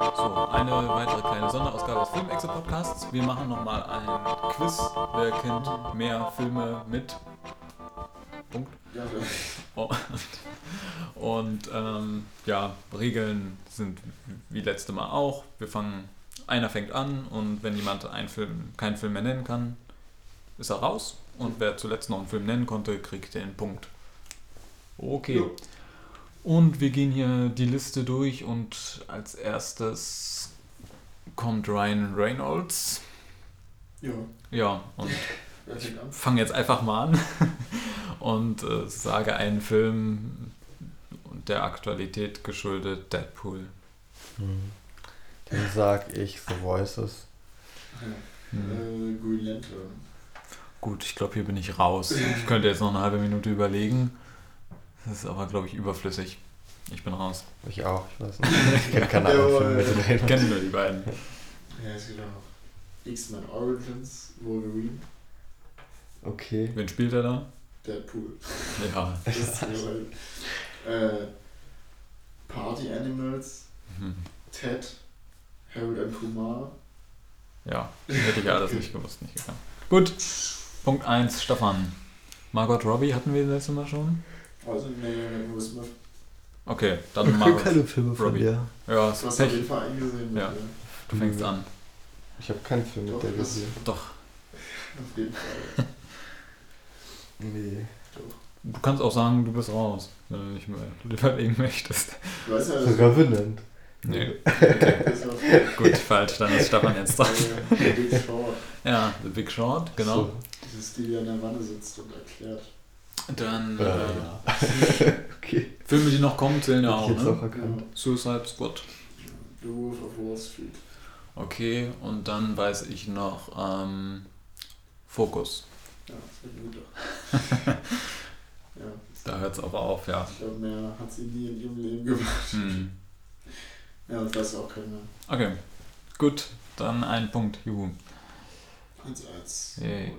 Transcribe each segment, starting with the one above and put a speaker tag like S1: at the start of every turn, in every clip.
S1: eine weitere kleine Sonderausgabe des Filmexe Podcasts. Wir machen nochmal ein Quiz. Wer kennt mehr Filme mit? Punkt.
S2: Ja,
S1: Und, und ähm, ja, Regeln sind wie letzte Mal auch. Wir fangen, einer fängt an und wenn jemand einen Film, keinen Film mehr nennen kann, ist er raus. Und wer zuletzt noch einen Film nennen konnte, kriegt den Punkt. Okay.
S2: Jo.
S1: Und wir gehen hier die Liste durch und als erstes kommt Ryan Reynolds.
S2: ja.
S1: Ja, und
S2: Wer fängt an?
S1: fange jetzt einfach mal an und äh, sage einen Film und der Aktualität geschuldet Deadpool.
S3: Hm. Dann sag ich The Voices. Mhm.
S1: Hm.
S2: Äh, Green Lantern.
S1: Gut, ich glaube, hier bin ich raus. Ich könnte jetzt noch eine halbe Minute überlegen. Das ist aber, glaube ich, überflüssig. Ich bin raus.
S3: Ich auch, ich weiß nicht. Ich kenne keine anderen
S2: Jawohl.
S3: Filme mit den
S1: Ich
S3: Rädern.
S1: kenne nur die beiden.
S2: Ja, es gibt auch noch X-Men Origins, Wolverine,
S3: Okay.
S1: Wen spielt er da?
S2: Deadpool.
S1: Ja.
S2: Das ist die äh, Party Animals,
S1: Hm.
S2: Ted, Harold und Kumar.
S1: Ja, hätte ich alles nicht gewusst, nicht gekannt. Gut, Punkt 1, Stefan. Margot Robbie hatten wir letztes Mal schon.
S2: Also, nee, nee, nee, Will Smith.
S1: Okay, dann
S3: Ich hab
S1: Margot.
S3: keine Filme von
S1: Robbie.
S3: dir.
S1: Ja,
S2: Du hast auf jeden
S1: Pech.
S2: Fall eingesehen.
S1: Ja.
S2: ne?
S1: Du fängst an.
S3: Ich habe keinen Film mit
S2: Doch,
S3: der
S2: das-
S3: gesehen.
S1: Doch.
S2: Auf jeden Fall.
S3: Nee.
S1: Du kannst auch sagen, du bist raus, wenn du nicht mehr überlegen möchtest.
S2: Du weißt ja, dass
S3: Sogar Revenant.
S1: Nee,
S2: das war äh,
S1: gut, falsch, dann ist Stefan jetzt dran.
S2: Big Short.
S1: Ja, The Big Short, genau.
S3: So.
S2: Dieses, die an der Wanne sitzt und erklärt.
S1: Dann
S3: Äh,
S1: äh,
S3: ja. okay.
S1: Filme, die noch kommen, zählen ja
S3: Hab
S1: auch,
S3: ich jetzt
S1: ne?
S3: auch erkannt.
S1: Suicide Squad.
S2: The Wolf of Wall Street.
S1: Okay, und dann weiß ich noch ähm, Fokus.
S2: Ja, das hat mir gedacht. ja,
S1: Da hört es aber auf, ja.
S2: ich glaube, mehr hat sie nie in ihrem Leben gemacht.
S1: Hm.
S2: Ja, das weiß auch keiner.
S1: Okay, gut, dann ein Punkt, Juhu.
S2: 1-1.
S1: Yay.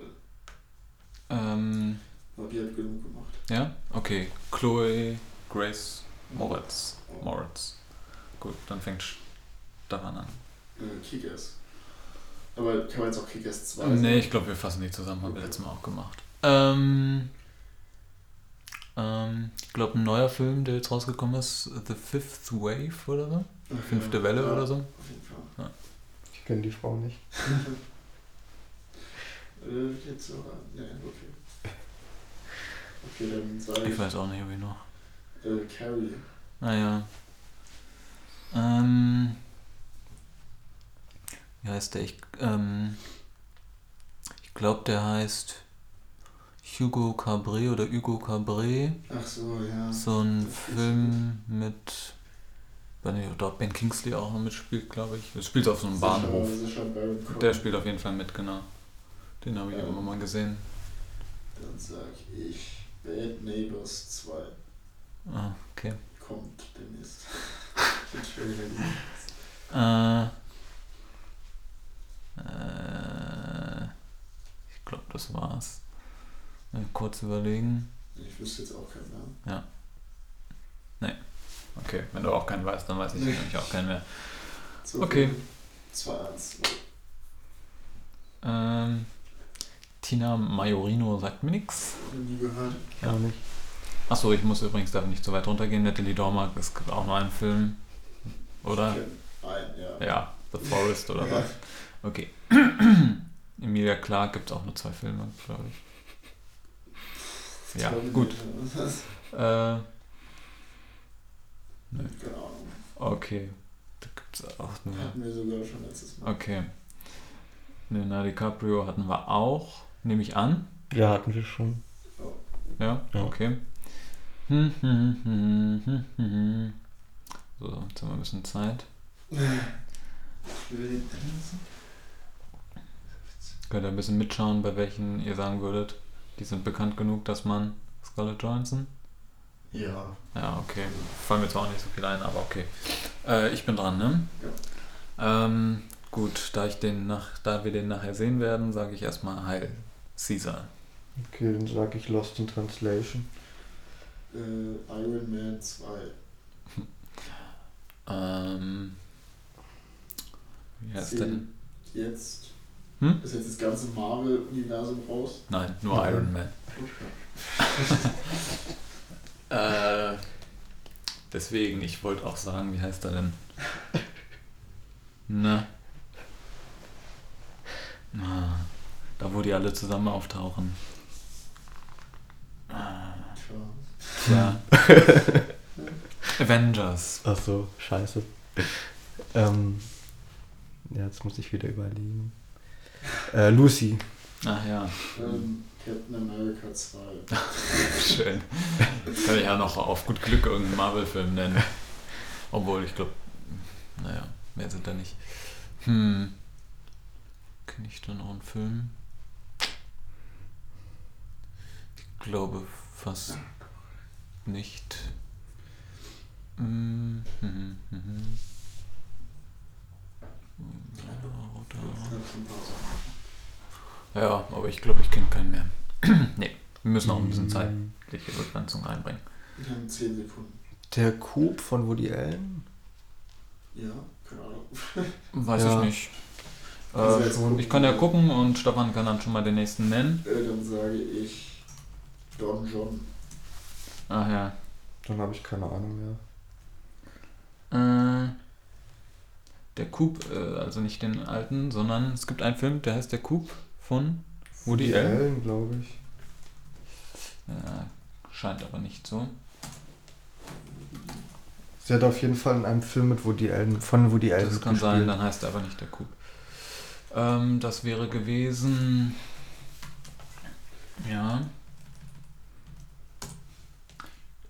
S1: Ähm,
S2: Aber die hat genug gemacht.
S1: ja, okay, Chloe, Grace, Moritz. Moritz. Gut, dann fängt Stefan an.
S2: Äh, Kick-Ass. Aber kann man jetzt auch Kick-Ass 2
S1: Äh, Nee,
S2: sagen?
S1: ich glaube, wir fassen die zusammen, haben wir letztes Mal auch gemacht. Ähm, ähm, ich glaube, ein neuer Film, der jetzt rausgekommen ist, The Fifth Wave oder so?
S2: Ach,
S1: Fünfte
S2: ja.
S1: Welle
S2: ja,
S1: oder so?
S2: Auf jeden Fall.
S3: Ich kenne die Frau nicht.
S2: Äh, jetzt so. Nee, okay. Okay, dann sage
S1: Ich
S2: ich.
S1: weiß auch nicht, ob ich noch.
S2: Äh, Carrie.
S1: Naja. Ah, Ähm, wie heißt der? Ich, ähm, ich glaube, der heißt Hugo Cabré oder Hugo Cabré.
S2: Ach so, ja.
S1: So ein
S2: Das ist
S1: Film mit. Weiß nicht, ob da Ben Kingsley auch noch mitspielt, glaube ich. Er spielt auf so einem
S2: Sacha-
S1: Bahnhof.
S2: Sacha Baron Cohen.
S1: Der spielt auf jeden Fall mit, genau. Den habe ich
S2: Ja.
S1: auch nochmal gesehen.
S2: Dann sag ich Bad Neighbors 2.
S1: Ah, okay.
S2: Kommt demnächst. Den Trailer lief.
S1: Äh, äh, ich glaube, das war's. Mal kurz überlegen.
S2: ich wüsste jetzt auch keinen Namen.
S1: Okay, wenn du auch keinen weißt, dann weiß ich
S2: Nee.
S1: nämlich auch keinen mehr.
S2: So
S1: Okay.
S2: 2-1.
S1: Ähm, Tina Majorino sagt mir nichts.
S2: Noch Nie gehört.
S3: Gar nicht.
S1: Achso, ich muss übrigens, darf nicht zu weit runtergehen. Natalie Dormer ist auch noch ein Film. Oder?
S2: Ich kenn einen, ja.
S1: Ja, The Forest oder
S2: Ja.
S1: was? Okay. Emilia Clarke gibt es auch nur zwei Filme, glaube ich. Ja,
S2: Terminator.
S1: gut. Äh, Nö.
S2: Keine Ahnung.
S1: okay. Da gibt es auch nur.
S2: Hatten wir sogar schon letztes Mal.
S1: Okay. Leonardo DiCaprio hatten wir auch, nehme ich an.
S3: Ja, hatten wir schon.
S1: Ja,
S3: Ja.
S1: okay. Hm, hm, hm, hm, hm, hm. So, jetzt haben wir ein bisschen Zeit.
S2: Ich will den Anderson.
S1: Könnt ihr ein bisschen mitschauen, bei welchen ihr sagen würdet, die sind bekannt genug, dass man Scarlett Johansson?
S2: Ja.
S1: Ja, okay. Fallen mir zwar auch nicht so viel ein, aber okay. Äh, ich bin dran, ne? Ähm, gut, da, ich den nach, da wir den nachher sehen werden, sage ich erstmal Heil Caesar.
S3: Okay, dann sag ich Lost in Translation.
S2: Äh, Iron Man 2.
S1: Ähm, Was denn?
S2: Jetzt.
S1: Hm?
S2: Ist jetzt das ganze Marvel-Universum raus?
S1: Nein, nur
S3: Nein.
S1: Iron Man. Äh, deswegen, ich wollte auch sagen, wie heißt er denn? Na. Ah, da, wo die alle zusammen auftauchen. Ah,
S2: Tja.
S1: Tja. Avengers.
S3: Ach so, scheiße. Ähm, ja, jetzt muss ich wieder überlegen. Äh, Lucy.
S1: Ach ja,
S2: Ähm, Captain America 2.
S1: schön. Jetzt kann ich ja noch auf gut Glück irgendeinen Marvel-Film nennen. Obwohl, ich glaube, naja, mehr sind da nicht. Hm. Kenne ich da noch einen Film? Ich glaube fast nicht. Hm, hm, hm, hm.
S2: Das hat schon ein paar Sachen.
S1: hm. Ja, aber ich glaube, ich kenne keinen mehr. nee, wir müssen auch ein bisschen zeitliche Begrenzung reinbringen.
S2: Wir haben 10 Sekunden.
S3: Der Coop von Woody Allen?
S2: Ja, keine Ahnung.
S1: Weiß
S3: Ja.
S1: ich nicht.
S2: Also
S1: Äh,
S2: jetzt gucken
S1: ich kann ja
S2: wir.
S1: gucken und Stefan kann dann schon mal den nächsten nennen.
S2: Äh, dann sage ich Don John.
S1: Ach Ah, ja.
S3: Dann habe ich keine Ahnung mehr.
S1: Äh, der Coop, äh, also nicht den alten, sondern es gibt einen Film, der heißt Der Coop von Woody
S3: Woody
S1: Allen.
S3: Allen, glaube ich.
S1: Äh, scheint aber nicht so.
S3: Sie hat auf jeden Fall in einem Film mit Woody Allen, von Woody Allen
S1: Das kann
S3: mitgespielt.
S1: sein, dann heißt er aber nicht Der Coop. Ähm, das wäre gewesen. Ja.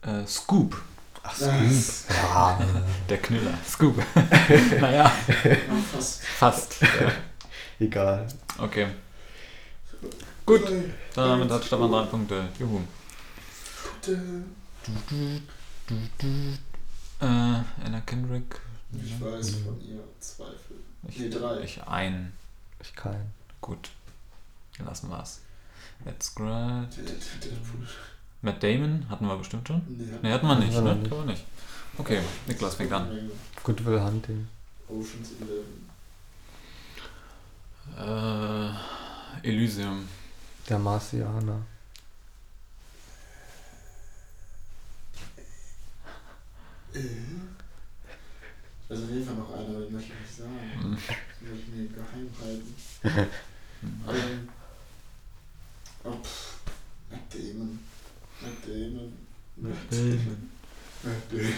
S1: Äh, Scoop.
S3: Ach,
S2: Das-
S3: Scoop. Ja.
S1: Der Knüller. Scoop. naja,
S2: Ah, fast.
S1: fast. Ja.
S3: Egal.
S1: Okay. Gut.
S2: Drei,
S1: Damit hat Stefan drei Punkte. Juhu.
S2: Punkte.
S1: Äh, Anna Kendrick.
S2: Ich weiß
S1: Mhm.
S2: von ihr Zweifel. Nee,
S1: Ich,
S2: drei.
S1: ich ein.
S3: Ich kann.
S1: Gut. Dann Lassen wir's. Let's grad.
S2: Der- der- der Deadpool.
S1: Matt Damon hatten wir bestimmt schon.
S2: Nee,
S1: Ne, hatten wir nicht,
S3: Hatten wir
S1: ne?
S3: noch nicht.
S1: Hatten wir nicht. Okay, Niklas fängt an.
S3: Goodwill Hunting.
S2: Oceans
S1: Äh,
S2: Eleven.
S1: Elysium.
S3: Der Marcianer.
S1: Äh?
S2: Also auf jeden Fall noch einer, aber den möchte ich nicht sagen.
S1: Hm.
S2: Den möchte ich mir geheim halten. Ähm, oh, pff, Matt Damon. Matt Damon. Matt Damon. Matt Damon.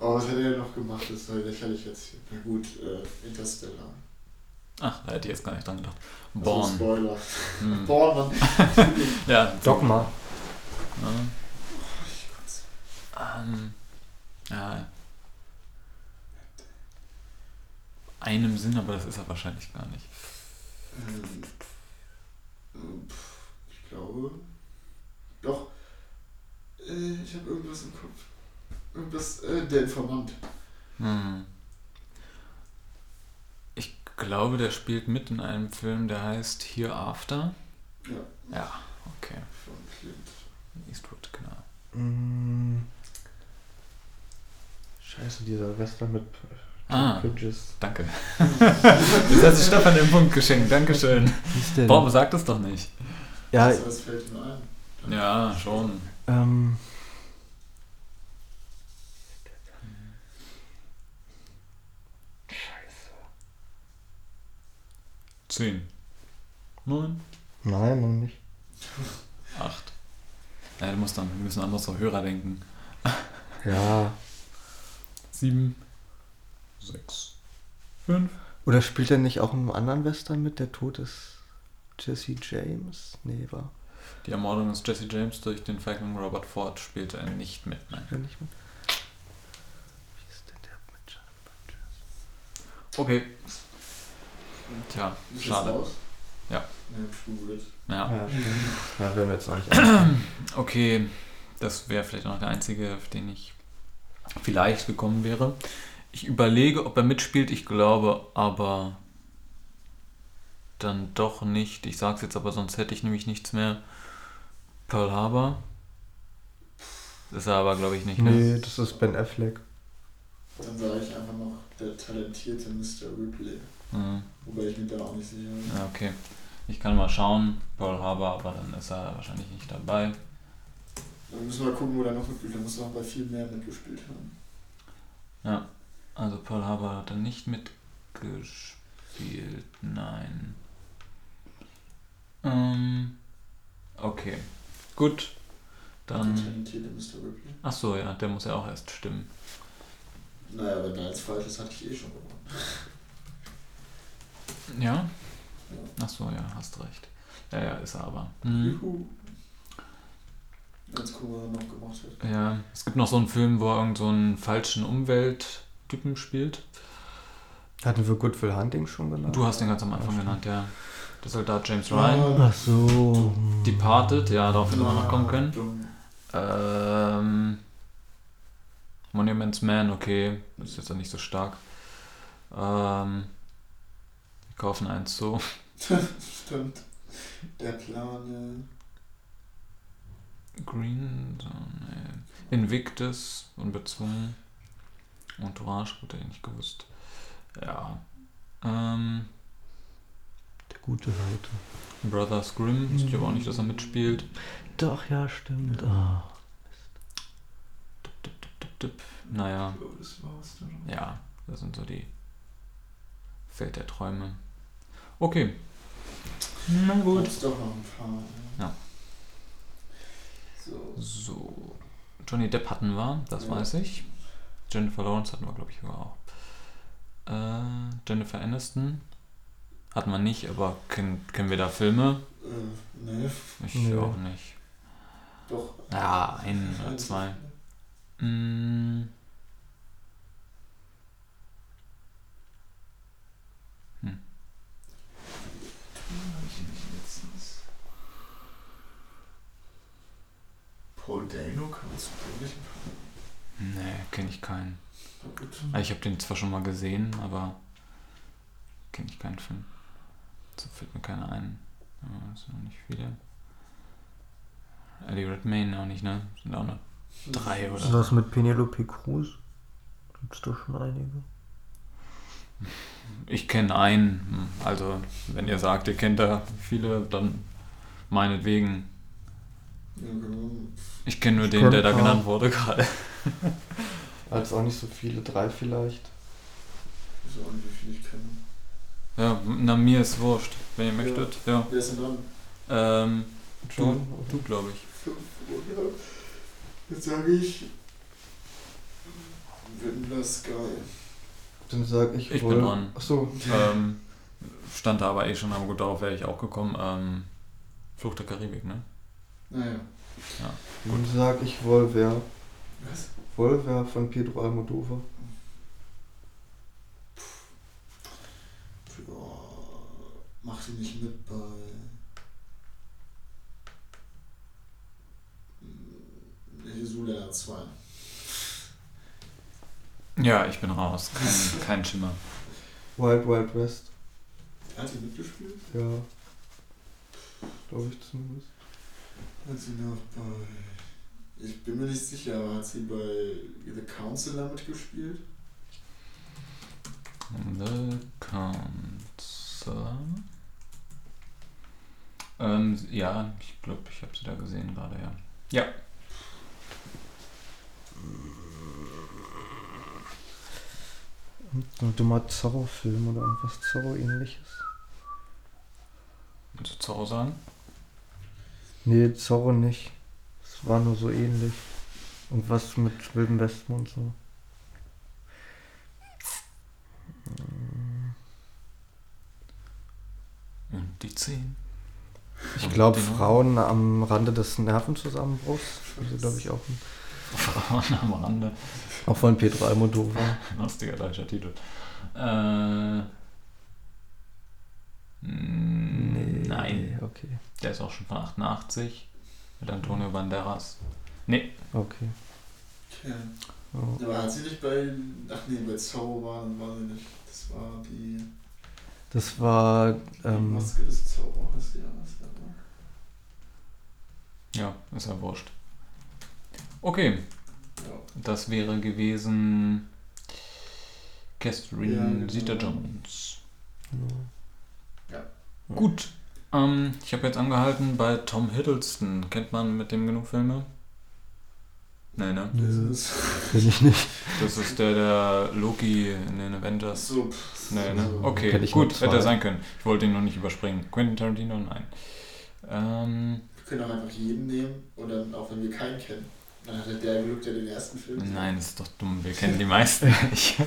S2: Aber was hat er denn noch gemacht? Das war lächerlich jetzt hier. Na gut, äh, Interstellar.
S1: Ach, da hätte ich jetzt gar nicht dran gedacht.
S2: Also
S1: Born.
S2: Spoiler.
S1: Hm.
S2: Born, Mann.
S1: Ja.
S3: Dogma.
S1: Ja. Ähm, ja. Einem Sinn, aber das ist er wahrscheinlich gar nicht.
S2: Ähm, ähm, pff, ich glaube. Doch. Äh, ich habe irgendwas im Kopf. Irgendwas. Äh, der Informant.
S1: Hm. Ich glaube, der spielt mit in einem Film, der heißt Hereafter.
S2: Ja.
S1: Ja, okay.
S2: Von Clint.
S1: Eastwood, genau.
S3: Mm. Scheiße, dieser Western mit
S1: Ah,
S3: Bridges.
S1: danke. Jetzt hat sich Stefan den Punkt geschenkt. Dankeschön.
S3: Wie ist der
S1: Bob, sag das doch nicht.
S3: Ja,
S2: Das, das Also, fällt mir ein.
S1: Ja, schon.
S3: ähm. Scheiße.
S1: Zehn. Neun.
S3: Nein, noch nicht.
S1: Acht. Ja, du musst dann, wir müssen an unsere Hörer denken.
S3: Ja.
S1: Sieben. Sechs. Fünf.
S3: Oder spielt er nicht auch in einem anderen Western mit? Der Tod ist Jesse James? Nee, war
S1: Die Ermordung des Jesse James durch den Falcon Robert Ford spielte er nicht mit. Nein.
S3: er nicht mit. Wie ist denn der mit John Butcher?
S1: Okay. Tja,
S2: Ist das
S1: schade.
S2: raus?
S1: Ja.
S2: Ne, True Grit.
S1: Ja.
S3: Ja, werden wir jetzt auch nicht
S1: Okay, das wäre vielleicht noch der einzige, auf den ich vielleicht gekommen wäre. Ich überlege, ob er mitspielt. Ich glaube aber dann doch nicht. Ich sag's jetzt aber, sonst hätte ich nämlich nichts mehr. Pearl Harbor. Das ist er aber, glaube ich, nicht. Ne?
S3: Nee, das ist Ben Affleck.
S2: Dann sage ich einfach noch der talentierte Mr. Ripley.
S1: Mhm.
S2: Wobei ich mir da auch nicht sicher bin.
S1: Ja, okay. Ich kann mal schauen, Pearl Harbor, aber dann ist er wahrscheinlich nicht dabei.
S2: Dann müssen wir gucken, wo der noch mitspielt. Der muss noch bei viel mehr mitgespielt haben.
S1: Also Pearl Harbor hat er nicht mitgespielt, nein. Ähm, okay. Gut.
S2: Der
S1: Dann.
S2: talentierte Mr. Ripley.
S1: Ach so, ja, der muss ja auch erst stimmen.
S2: Naja, wenn da jetzt falsch ist, hatte ich eh schon gewonnen.
S1: Ja? Ach so, ja, hast recht. Ja, ja, ist er aber. Mhm.
S2: Juhu. Jetzt gucken, was er noch gemacht hat.
S1: Ja, es gibt noch so einen Film, wo er irgend so einen falschen Umwelttypen spielt.
S3: Hatten wir Good Will Hunting schon genannt?
S1: Du hast den ganz am Anfang genannt, ja. Der Soldat James Ryan.
S3: Ach so.
S1: Departed, ja, darauf hätte man
S2: Ah,
S1: noch kommen können.
S2: dumm.
S1: Ähm, Monuments Man, okay, ist jetzt auch nicht so stark. Ähm, wir kaufen eins so.
S2: Stimmt. Der Plan,
S1: Green, so, nee. Invictus, unbezwungen. Entourage, gut, hätte ich nicht gewusst. Ja. Ähm,
S3: Der gute Leute.
S1: Brothers Grimm, wusste ich aber auch nicht, dass er mitspielt.
S3: Doch, ja, stimmt. Ah.
S1: Dip, dip, dip, dip. Naja,
S2: ich glaube, das war's dann.
S1: ja, das sind so die Feld der Träume. Okay. Na gut.
S2: Gibt's doch noch ein paar. ne?
S1: Ja.
S2: So.
S1: So, Johnny Depp hatten wir, das
S2: Ja.
S1: weiß ich. Jennifer Lawrence hatten wir, glaube ich, sogar auch. Äh, Jennifer Aniston hatten wir nicht, aber kennen, kennen wir da Filme?
S2: Äh, ne,
S1: Ich
S3: Nee.
S1: auch nicht.
S2: doch.
S1: Ja, ein oder zwei. Mm.
S2: Paul Dano kann man zugänglich
S1: Nee, kenne ich keinen.
S2: machen. Gut.
S1: Ah, Ich habe den zwar schon mal gesehen, aber kenne ich keinen Film. So fällt mir keiner ein. Ja, Das sind noch nicht viele. Eddie Redmayne auch nicht, ne? Sind auch noch drei oder
S3: Was mit Penelope Cruz? Gibt's doch schon einige.
S1: Ich kenne einen. Also, wenn ihr sagt, ihr kennt da viele, dann meinetwegen.
S2: Ja, genau.
S1: Ich kenne nur
S3: Ich
S1: den, der
S3: kenn
S1: da
S3: auch.
S1: genannt wurde gerade.
S3: Also auch nicht so viele, drei vielleicht.
S2: Ich weiß auch nicht, wie viel ich kenne.
S1: Ja, na, mir ist wurscht, wenn ihr
S2: Ja.
S1: möchtet. Ja.
S2: Wer ist denn dran?
S1: Ähm,
S3: John?
S1: du, glaube ich.
S2: Fünf, oder? Jetzt sage ich. Wendler Sky.
S3: Dann sag ich
S1: Ich
S3: wohl.
S1: bin dran.
S3: Achso.
S1: Ähm, stand da aber eh schon, aber gut, darauf wäre ich auch gekommen. Ähm, Flucht der Karibik, ne?
S2: Naja.
S3: Dann sag ich Volver.
S2: Was?
S3: Volver von Pedro Almodovar.
S2: Ja, mach sie nicht mit bei. Hm, Jesuländer 2.
S1: Ja, ich bin raus. Kein, kein Schimmer.
S3: Wild Wild West.
S2: Hat sie mitgespielt?
S3: Ja. Glaube ich zumindest.
S2: Hat sie noch bei. Ich bin mir nicht sicher, aber hat sie bei The Counselor mitgespielt?
S1: The Counselor. Ähm, ja, ich glaube, ich habe sie da gesehen gerade, ja. Ja.
S3: Ein dummer Zorro-Film oder irgendwas Zorro-ähnliches.
S1: Willst du Zorro sagen?
S3: Nee, Zorro nicht. Es war nur so ähnlich. Irgendwas mit Wilden Westen und so.
S1: Und die 10.
S3: Ich
S1: Und
S3: glaube,
S1: den-
S3: Frauen am Rande des Nervenzusammenbruchs. Also, glaube ich, auch, ein-
S1: Frauen am Rande.
S3: auch von Pedro Almodovar.
S1: Lustiger deutscher Titel. Äh. Nee. Nein.
S3: Okay.
S1: Der ist auch schon von 88. Mit Antonio Banderas. Nee.
S3: Okay.
S2: Ja.
S3: Oh.
S2: Aber hat sie nicht bei. Ach nee, bei Zorro war, war sie nicht. Das war die.
S3: Das war.
S2: die
S3: Ähm,
S2: Maske des Zorro, heißt die ja was,
S1: Ja,
S2: aber.
S1: ist ja wurscht. Okay,
S2: Ja.
S1: das wäre gewesen. Catherine
S2: Ja, genau.
S1: Zeta Jones.
S2: Ja.
S1: Gut. Ähm, ich habe jetzt angehalten bei Tom Hiddleston. Kennt man mit dem genug Filme? Nein, ne?
S2: Das
S3: Nö,
S2: ist
S3: kenn ich nicht.
S1: Das ist der, der Loki in den Avengers.
S2: so. pff,
S1: Nee, ne?
S2: so.
S1: Okay,
S3: Kenn ich nur
S1: gut, hätte
S3: zwei.
S1: er sein können. Ich wollte ihn noch nicht überspringen. Quentin Tarantino, nein. Ähm,
S2: Wir können auch einfach jeden nehmen und dann, auch wenn wir keinen kennen, dann hat halt der geguckt, der den ersten Film sieht.
S1: nein, ist doch dumm. Wir kennen die meisten nicht.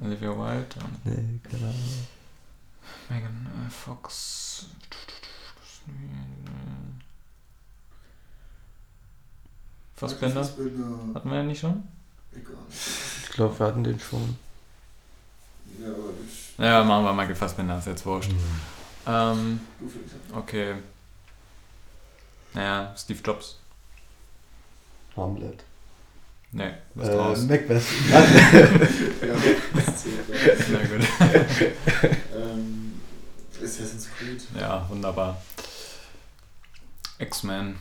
S1: Olivia Wilde und
S3: Nee, keine Ahnung.
S1: Megan äh, Fox. Fassbender?
S2: Fassbender.
S1: Hatten wir ja nicht schon?
S2: Egal.
S3: Ich glaube, wir hatten den schon.
S2: Ja, aber ich-
S1: Ja, machen wir Michael Fassbender, ist jetzt wurscht. Ähm,
S2: du fängst an.
S1: okay. Naja, Steve Jobs.
S3: Hamlet.
S1: Nee, ist
S3: Äh,
S1: raus.
S3: Macbeth.
S2: Ja, das zählt,
S1: Na
S2: ja.
S1: gut.
S2: Ähm, Assassin's Creed.
S1: Ja, wunderbar. X-Men.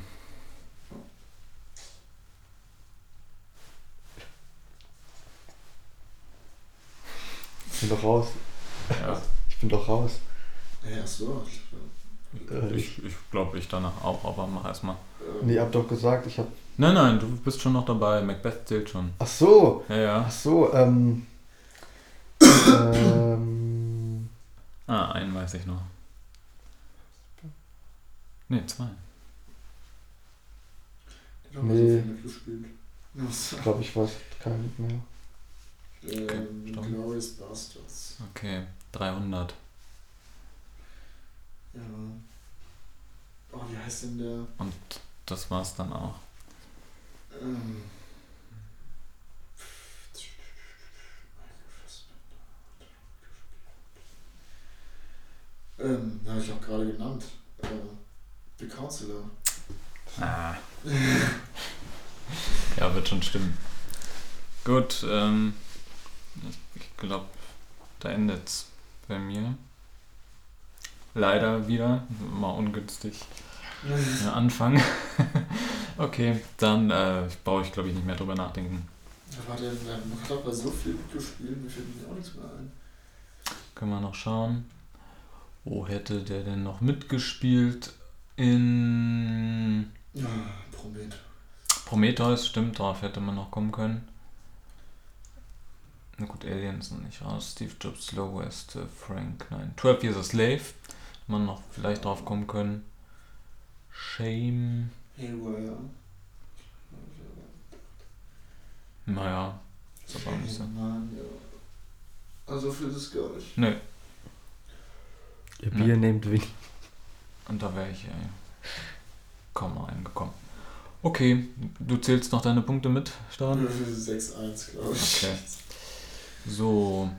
S3: Ich bin doch raus.
S1: Ja,
S3: Ich bin doch raus.
S2: Ja, ach so. ich glaub,
S3: Äh,
S1: ich ich glaube, ich danach auch, aber mach erstmal.
S2: ähm,
S3: Nee, hab doch gesagt, ich hab.
S1: Nein, nein, du bist schon noch dabei. Macbeth zählt schon.
S3: Ach so!
S1: Ja, ja.
S3: Ach so, ähm. ähm.
S1: Ah, einen weiß ich noch. Nee, zwei.
S2: ich also hab auch so viel
S3: Nee.
S2: mitgespielt. Ach so.
S3: Ich glaube, ich weiß keinen mehr.
S2: Ähm,
S1: stopp.
S2: Glorious Bastards.
S1: Okay, 300.
S2: Ja. Oh, wie heißt denn der?
S1: Und das war's dann auch.
S2: Ähm. Ähm, habe ich auch gerade genannt. Äh, The Counselor.
S1: Ah. ja, wird schon stimmen. Gut, ähm, ich glaube, da endet's bei mir. Leider wieder, mal ungünstig der Anfang. okay, dann äh, brauche ich, glaube ich, nicht mehr drüber nachdenken.
S2: Da war der, der hat aber so viel mitgespielt, mir fällt mir auch nichts mehr ein.
S1: Können wir noch schauen. Wo hätte der denn noch mitgespielt? In
S2: Ja, Promet.
S1: Prometheus, stimmt, darauf hätte man noch kommen können. Na gut, Aliens noch nicht raus. Steve Jobs, Slow West, äh, Frank, nein. 12 Years a Slave, hätte man noch vielleicht drauf kommen können. Shame,
S2: Haywire.
S1: naja, ist aber auch nicht so.
S2: Mann, ja. Also viel ist gar nicht.
S1: Nö,
S3: Ihr
S1: Ja.
S3: Bier nehmt wenig.
S1: und da wäre ich äh, kaum reingekommen. Okay, du zählst noch deine Punkte mit, Stefan?
S2: Mhm. 6-1, glaube ich.
S1: Okay. So,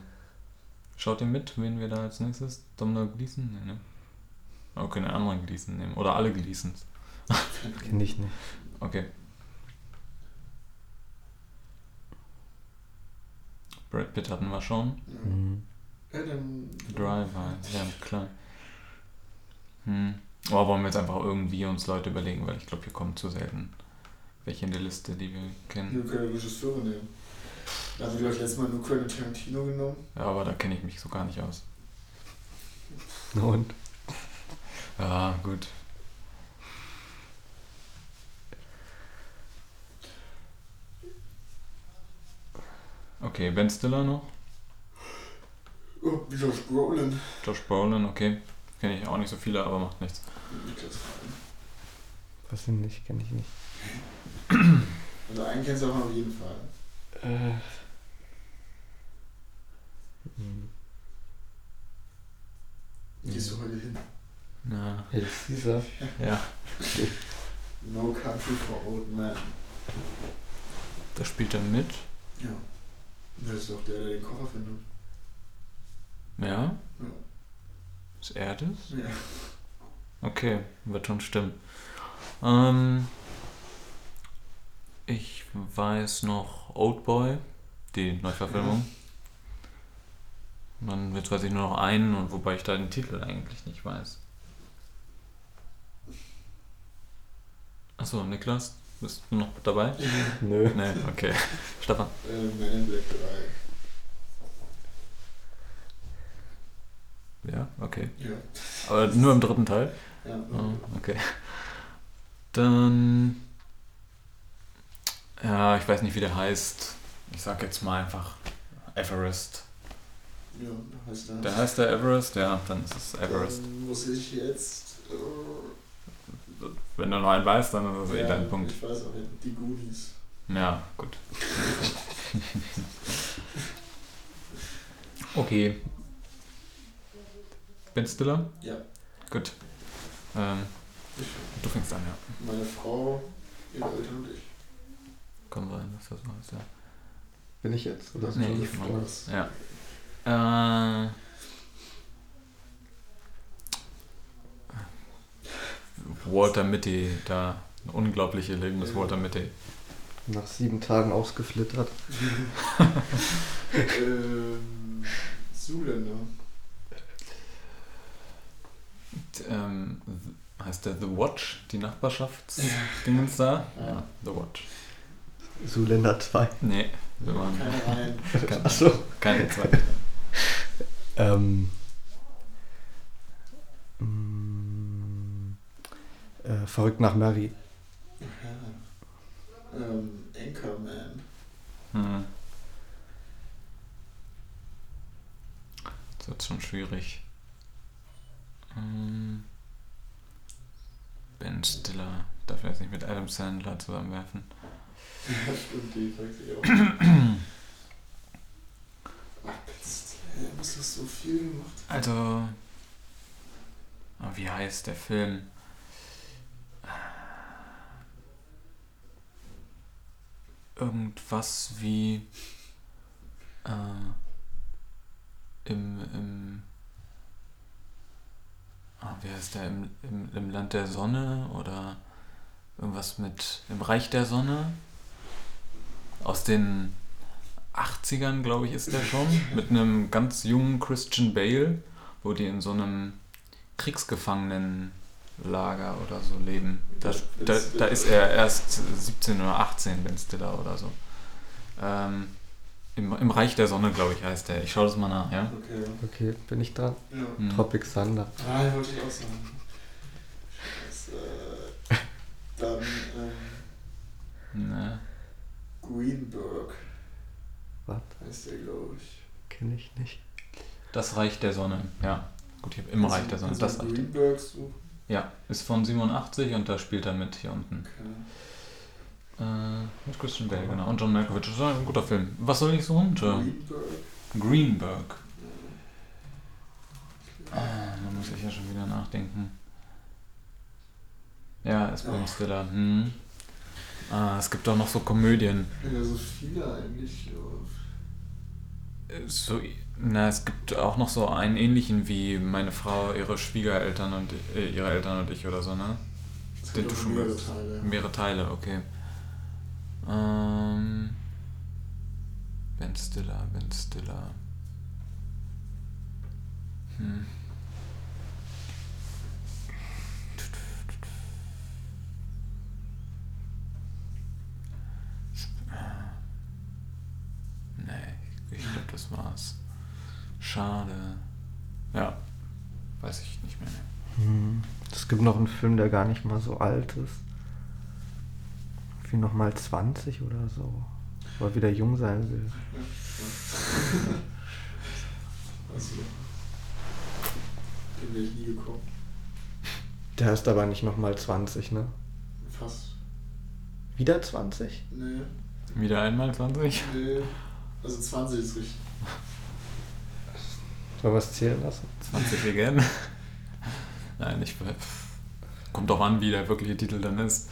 S1: schaut ihr mit, wen wir da als nächstes? Domino Gleason? Nee, ne? Aber können einen anderen Gleason nehmen. Oder alle Gleasons.
S3: Kenn ich nicht.
S1: Okay. Brad Pitt hatten wir schon.
S2: Ja.
S3: Mhm.
S2: Adam
S1: Driver, halt, ja klar. Hm. Aber wollen wir jetzt einfach irgendwie uns Leute überlegen, weil ich glaube, hier kommen zu selten welche in der Liste, die wir kennen.
S2: Wir können Regisseure nehmen. Da haben wir, glaube ich, letztes Mal nur Quentin Tarantino genommen.
S1: Ja, aber da kenne ich mich so gar nicht aus.
S3: Und?
S1: Ja, gut. Okay, Ben Stiller noch.
S2: Oh, wie Josh Brolin.
S1: Josh Brolin, okay. Kenne ich auch nicht so viele, aber macht nichts.
S2: Niklas Fragen.
S3: Was denn nicht? Kenn ich nicht.
S2: Also einen kennst du auch auf jeden Fall.
S3: Äh. Mhm.
S1: Mhm.
S2: Gehst du heute hin?
S1: Ja.
S3: Hey, Caesar.
S1: ja.
S2: No Country for Old Men.
S1: Da spielt er mit.
S2: Ja. Das ist doch der, der den Koffer findet.
S1: Ja.
S2: Ja.
S1: Ist er das?
S2: Ja.
S1: Okay, wird schon stimmen. Ähm, ich weiß noch Oldboy, die Neuverfilmung. Und Dann, jetzt weiß ich nur noch einen, und wobei ich da den Titel eigentlich nicht weiß. Achso, Niklas? Bist du noch dabei?
S3: Nö.
S1: Nee, okay. Stefan.
S2: Äh, Man in Black 3.
S1: Ja, okay.
S2: Ja.
S1: Aber nur im dritten Teil?
S2: ja.
S1: Ah, okay. Dann. Ja, ich weiß nicht, wie der heißt. Ich sag jetzt mal einfach Everest.
S2: Ja, heißt er.
S1: Der heißt der Everest? Ja, dann ist es Everest.
S2: Dann muss ich jetzt. Äh,
S1: Wenn du noch einen weißt, dann ist es eh
S2: ja,
S1: dein Punkt.
S2: Ich weiß auch nicht, die Goonies.
S1: Ja, gut. okay. Ben Stiller?
S2: Ja.
S1: Gut. Ähm,
S2: Ich,
S1: du fängst an, ja.
S2: meine Frau, ihre Eltern und ich.
S1: Kann sein, dass das so ist, ja.
S3: Bin ich jetzt? Oder
S1: Nee,
S3: schon
S1: ich
S3: das
S1: mach
S3: Tor?
S2: Was?
S1: Ja. Äh, Walter Mitty, da. Ein unglaubliche Leben des Walter Mitty.
S3: Nach sieben Tagen ausgeflittert.
S2: ähm, Zuländer.
S1: Ähm, th- heißt der The Watch? Die Nachbarschaftsdingens da?
S2: Ja.
S1: Ja, The Watch.
S3: Zuländer 2.
S1: Nee, wir waren
S2: Keine Reihen.
S1: keine,
S3: Achso.
S1: keine zweite.
S3: Ähm. mm, Äh, verrückt nach Mary.
S2: Ja. Ähm, Anchorman.
S1: Hm. Das wird schon schwierig. Ähm, ben Stiller. Darf ich jetzt nicht mit Adam Sandler zusammenwerfen?
S2: Ja, stimmt, die fragt sich auch. Ach, Mist. Hä, Was hast du so viel gemacht?
S1: Also. ah, wie heißt der Film? Irgendwas wie. Äh, Im. im ah, wie heißt der? Im, im, Im Land der Sonne oder irgendwas mit. Im Reich der Sonne? Aus den 80ern, glaube ich, ist der schon. Mit einem ganz jungen Christian Bale, wo die in so einem Kriegsgefangenenlager oder so leben. Da, da, da ist äh, er erst 17 oder 18, Ben Stiller oder so. Ähm, im, Im Reich der Sonne, glaube ich, heißt der. Ich schaue das mal nach, ja?
S2: Okay.
S3: Okay, bin ich dran?
S2: Ja.
S1: Hm.
S3: Tropic Thunder.
S2: Ah, wollte ich auch sagen. Scheiße. Äh, Dann, ähm,
S1: Ne.
S2: Greenberg.
S3: Was?
S2: Heißt der, glaube ich.
S3: Kenne ich nicht.
S1: Das Reich der Sonne, ja. Gut, ich habe im Reich der Sonne.
S2: Kannst
S1: Das Reich
S2: du
S1: der
S2: Also, Greenberg suchen.
S1: Ja, ist von 87 und da spielt er mit hier unten.
S2: Okay.
S1: Äh, mit Christian Bale, genau. Und John Malkovich. Das ist ein guter Film. Was soll ich suchen? Tja,
S2: Greenberg.
S1: Greenberg. Ah, da muss ich ja schon wieder nachdenken. Ja, ist bei uns Stiller. Hm. Ah, es gibt auch noch so Komödien.
S2: Ja, so viele eigentlich. aber-
S1: Äh, So, na, es gibt auch noch so einen ähnlichen wie meine Frau, ihre Schwiegereltern und äh, ihre Eltern und ich oder so, ne?
S2: Es
S1: Den
S2: gibt
S1: du
S2: auch
S1: schon
S2: mehrere
S1: gehört hast.
S2: Teile.
S1: Mehrere Teile, okay. Ähm, ben Stiller, Ben Stiller. Hm. Nee, ich glaube, das war's. Schade. Ja, weiß ich nicht mehr.
S3: Hm. Es gibt noch einen Film, der gar nicht mal so alt ist. Wie nochmal 20 oder so. Wo er wieder jung sein will.
S2: Also, den wäre ich nie gekommen.
S3: Der heißt aber nicht nochmal 20, ne?
S2: Fast.
S3: Wieder 20?
S2: Nee,
S1: Wieder einmal 20?
S2: nee. Also 20 ist richtig.
S3: Sollen wir es zählen lassen?
S1: 20 again. Nein, ich. pff, Kommt drauf an, wie der wirkliche Titel dann ist.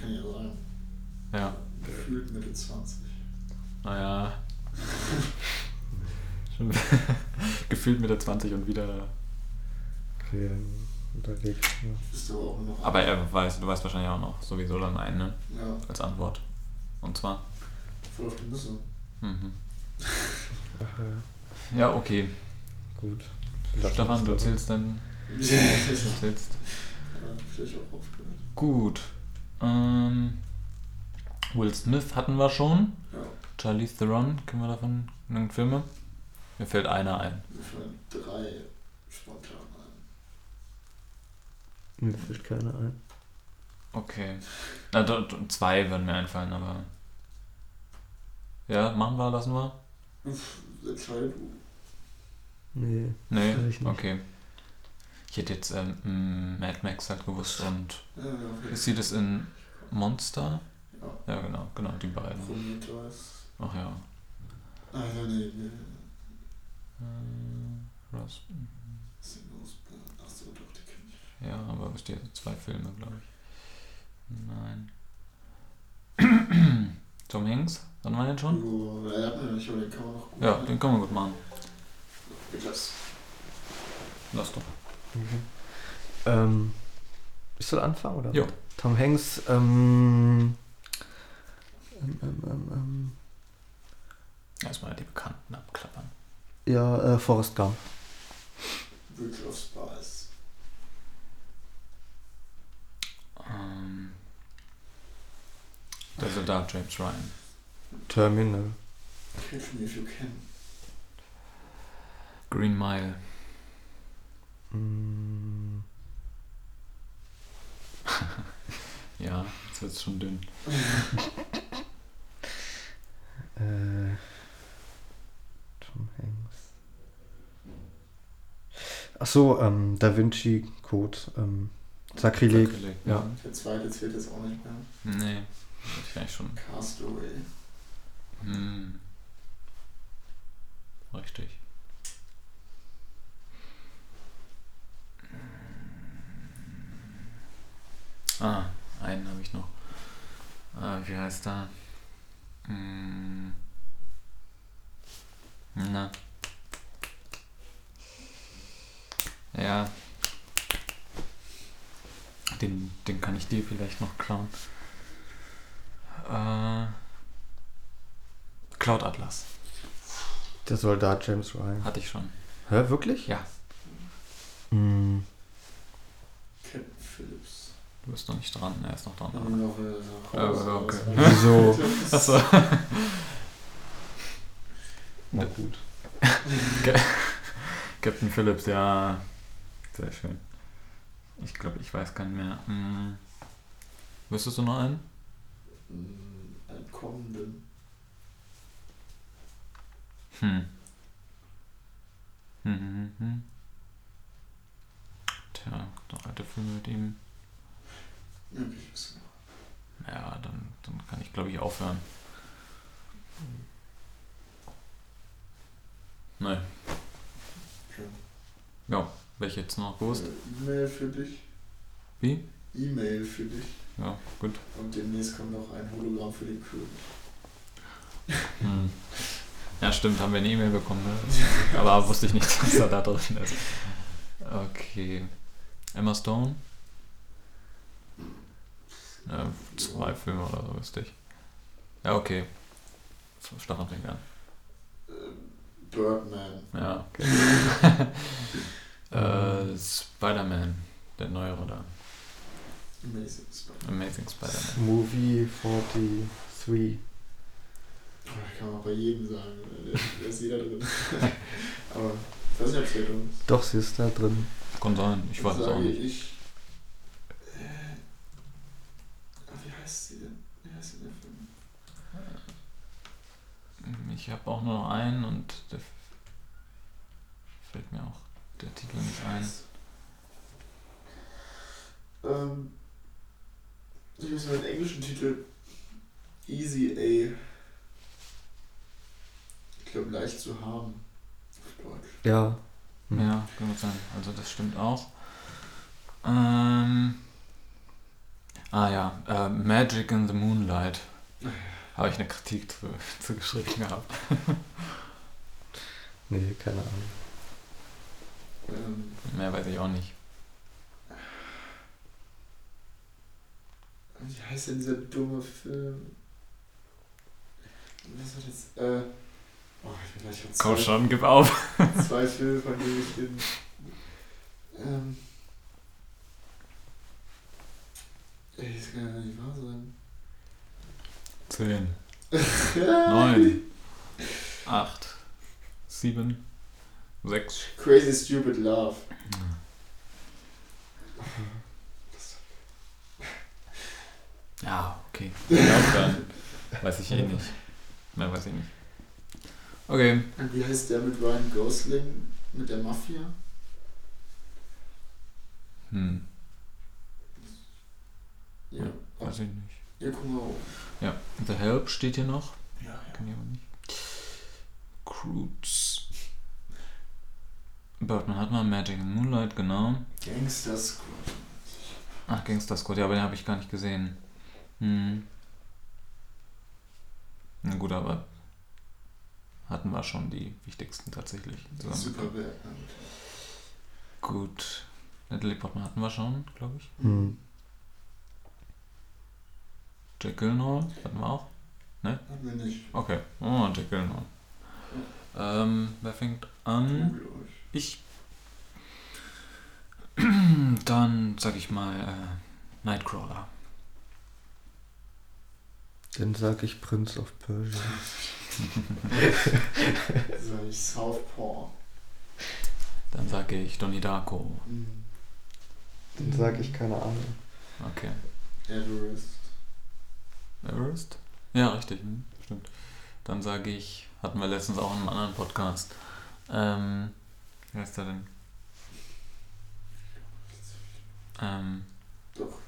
S2: Kann ja sein.
S1: Ja,
S2: Gefühlt Mitte 20.
S1: naja. Schon gefühlt mit der 20 und wieder.
S3: Okay, dann unterwegs. Ja.
S2: Bist du aber auch nur noch.
S1: Aber er weiß, du weißt wahrscheinlich auch noch sowieso dann einen, ne?
S2: Ja,
S1: Als Antwort. Und zwar.
S2: voll auf die Nüsse.
S1: Mhm.
S3: Ach, ja.
S1: Ja, okay.
S3: Gut.
S1: Stefan, du zählst dann.
S2: Ja,
S1: Du zählst.
S2: vielleicht auch aufgehört.
S1: Gut. Ähm, Will Smith hatten wir schon.
S2: Ja.
S1: Charlie Theron, kennen wir davon irgendeinen Filme? Mir fällt einer ein.
S2: Mir fallen drei spontan ein.
S3: Mir fällt keiner ein.
S1: Okay. Na, do, do, zwei würden mir einfallen, aber. Ja, machen wir, lassen wir?
S2: Uff, Entscheid du.
S3: Nee.
S1: Nee,
S3: Weiß ich nicht.
S1: okay. Ich hätte jetzt ähm, m, Mad Max halt gewusst und.
S2: Ja, ja, okay.
S1: Ist sie das in Monster?
S2: Ja.
S1: Ja, genau, genau, die beiden.
S2: Prometheus.
S1: Ach ja.
S2: Alter, nee, nee.
S1: Ähm, Rust-
S2: Sinusbahn. Achso, doch, die kenn ich.
S1: Ja, aber es steht zwei Filme, glaube ich. Nein. Tom Hanks, hatten wir den schon?
S2: Jo, er hat mir nicht, aber den kann man noch gut. ne?
S1: Ja, den kann man gut machen.
S2: Das.
S1: Lass doch.
S3: Mhm. Ähm, bist du anfangen oder?
S1: Jo.
S3: Tom Hanks, ähm, ähm, ähm, ähm, ähm,
S1: Erstmal die Bekannten abklappern.
S3: ja, äh, Forrest Gump.
S2: Bridge of Spies.
S1: Ähm, der Soldat Also James Ryan.
S3: Terminal.
S2: Catch me if you can.
S1: Green Mile.
S3: Mm,
S1: Ja, jetzt wird's schon dünn.
S3: äh, Tom Hanks. Ach so, ähm, Da Vinci Code. Ähm, Sakrileg.
S1: Sakrileg,
S3: ja.
S2: Der zweite zählt jetzt auch nicht mehr.
S1: Nee, das ich eigentlich schon.
S2: Castaway.
S1: Hm. Richtig. Ah, einen habe ich noch. Ah, wie heißt er? Hm. Na. Ja. Den, den kann ich dir vielleicht noch klauen. Äh, Cloud Atlas.
S3: Der Soldat James Ryan.
S1: Hatte ich schon.
S3: Hä, wirklich?
S1: Ja.
S3: Mm,
S2: Captain Phillips.
S1: Du bist noch nicht dran. Er ist noch dran.
S2: Eine Novelle.
S1: Ah. Ja, aber okay.
S3: Wieso?
S1: Achso.
S3: na gut.
S1: Captain Phillips, ja. Sehr schön. Ich glaube, ich weiß keinen mehr. Hm. Wüsstest du noch einen?
S2: Mm, Einen kommenden.
S1: Hm. Hm, hm, hm, hm. Tja, noch alte Filme mit ihm.
S2: Möglich ist noch.
S1: Ja, dann, dann kann ich, glaube ich, aufhören. Nein.
S2: Okay.
S1: Ja, welche jetzt noch gewusst?
S2: Äh, E-Mail für dich.
S1: Wie?
S2: E-Mail für dich.
S1: Ja, gut.
S2: Und demnächst kommt noch ein Hologramm für den König.
S1: Hm. Ja, stimmt, haben wir eine E-Mail bekommen. Ne? Aber wusste ich nicht, dass er da drin ist. Okay. Emma Stone? Ja, zwei Filme oder so, wüsste ich. Ja, okay. Stachelfink an.
S2: Birdman.
S1: Ja, okay. äh, Spider-Man, der neuere da.
S2: Amazing Spider-Man.
S1: Amazing Spider-Man.
S3: Movie 43.
S2: Oh, da kann man bei jedem sagen. äh, Da ist jeder drin. Aber ich weiß nicht, ob es drin ist.
S3: Doch, sie ist da drin.
S1: Kann sein, ich weiß es auch
S2: Sage
S1: nicht.
S2: Ich, äh, ah, wie heißt sie denn? Wie heißt denn der Film?
S1: Ich habe auch nur noch einen und der f- fällt mir auch der Titel nicht ein.
S2: Ähm, ich muss mal den englischen Titel Easy A. Ich glaube, leicht zu haben. Auf Deutsch.
S3: Ja. Hm.
S1: Ja, kann gut sein. Also das stimmt auch. Ähm, ah ja, äh, Magic in the Moonlight. Habe ich eine Kritik zu, zu geschrieben gehabt.
S3: Nee, keine Ahnung.
S2: Ähm,
S1: Mehr weiß ich auch nicht.
S2: wie heißt denn dieser dumme Film? Was war das? Äh, oh, ich bin gleich
S1: Komm schon, gib auf.
S2: zwei Filme, von denen ich den. Ähm. Ey, das kann ja nicht wahr
S1: Zehn. Neun. Acht. Sieben. Sechs.
S2: Crazy Stupid Love.
S1: Ja, okay. Ich glaub dann. Weiß ich eh nicht. Nein, weiß ich nicht. Okay.
S2: Und wie heißt der mit Ryan Gosling? Mit der Mafia?
S1: Hm.
S2: Ja.
S1: Weiß ich nicht.
S2: Ja, guck mal. auf.
S1: Ja. The Help steht hier noch.
S2: Ja, ja.
S1: Kann ich aber nicht. Croods. Birdman hat mal Magic and Moonlight, genau.
S2: Gangster Squad.
S1: Ach, Ah, Gangster Squad, ja, aber den habe ich gar nicht gesehen. Hm. Na gut, aber hatten wir schon die wichtigsten tatsächlich. zusammen.
S2: Super Batman.
S1: Gut. Natalie Portman hatten wir schon, glaube ich.
S3: Hm.
S1: Jack Gyllenhaal hatten wir auch.
S2: Hat mir nicht.
S1: Okay. Oh, Jack Gyllenhaal. Ähm, wer fängt an?
S2: Google euch.
S1: Ich. Dann sag ich mal äh, Nightcrawler.
S3: Dann sag ich Prince of Persia.
S2: Sag ich Southpaw.
S1: Dann sage ich Donnie Darko.
S2: Mhm.
S3: Dann sag ich keine Ahnung.
S1: Okay.
S2: Everest.
S1: Everest? Ja, richtig. Hm? Stimmt. Dann sage ich, hatten wir letztens auch in einem anderen Podcast. Ähm, wer ist da denn? Ähm,
S2: Doch.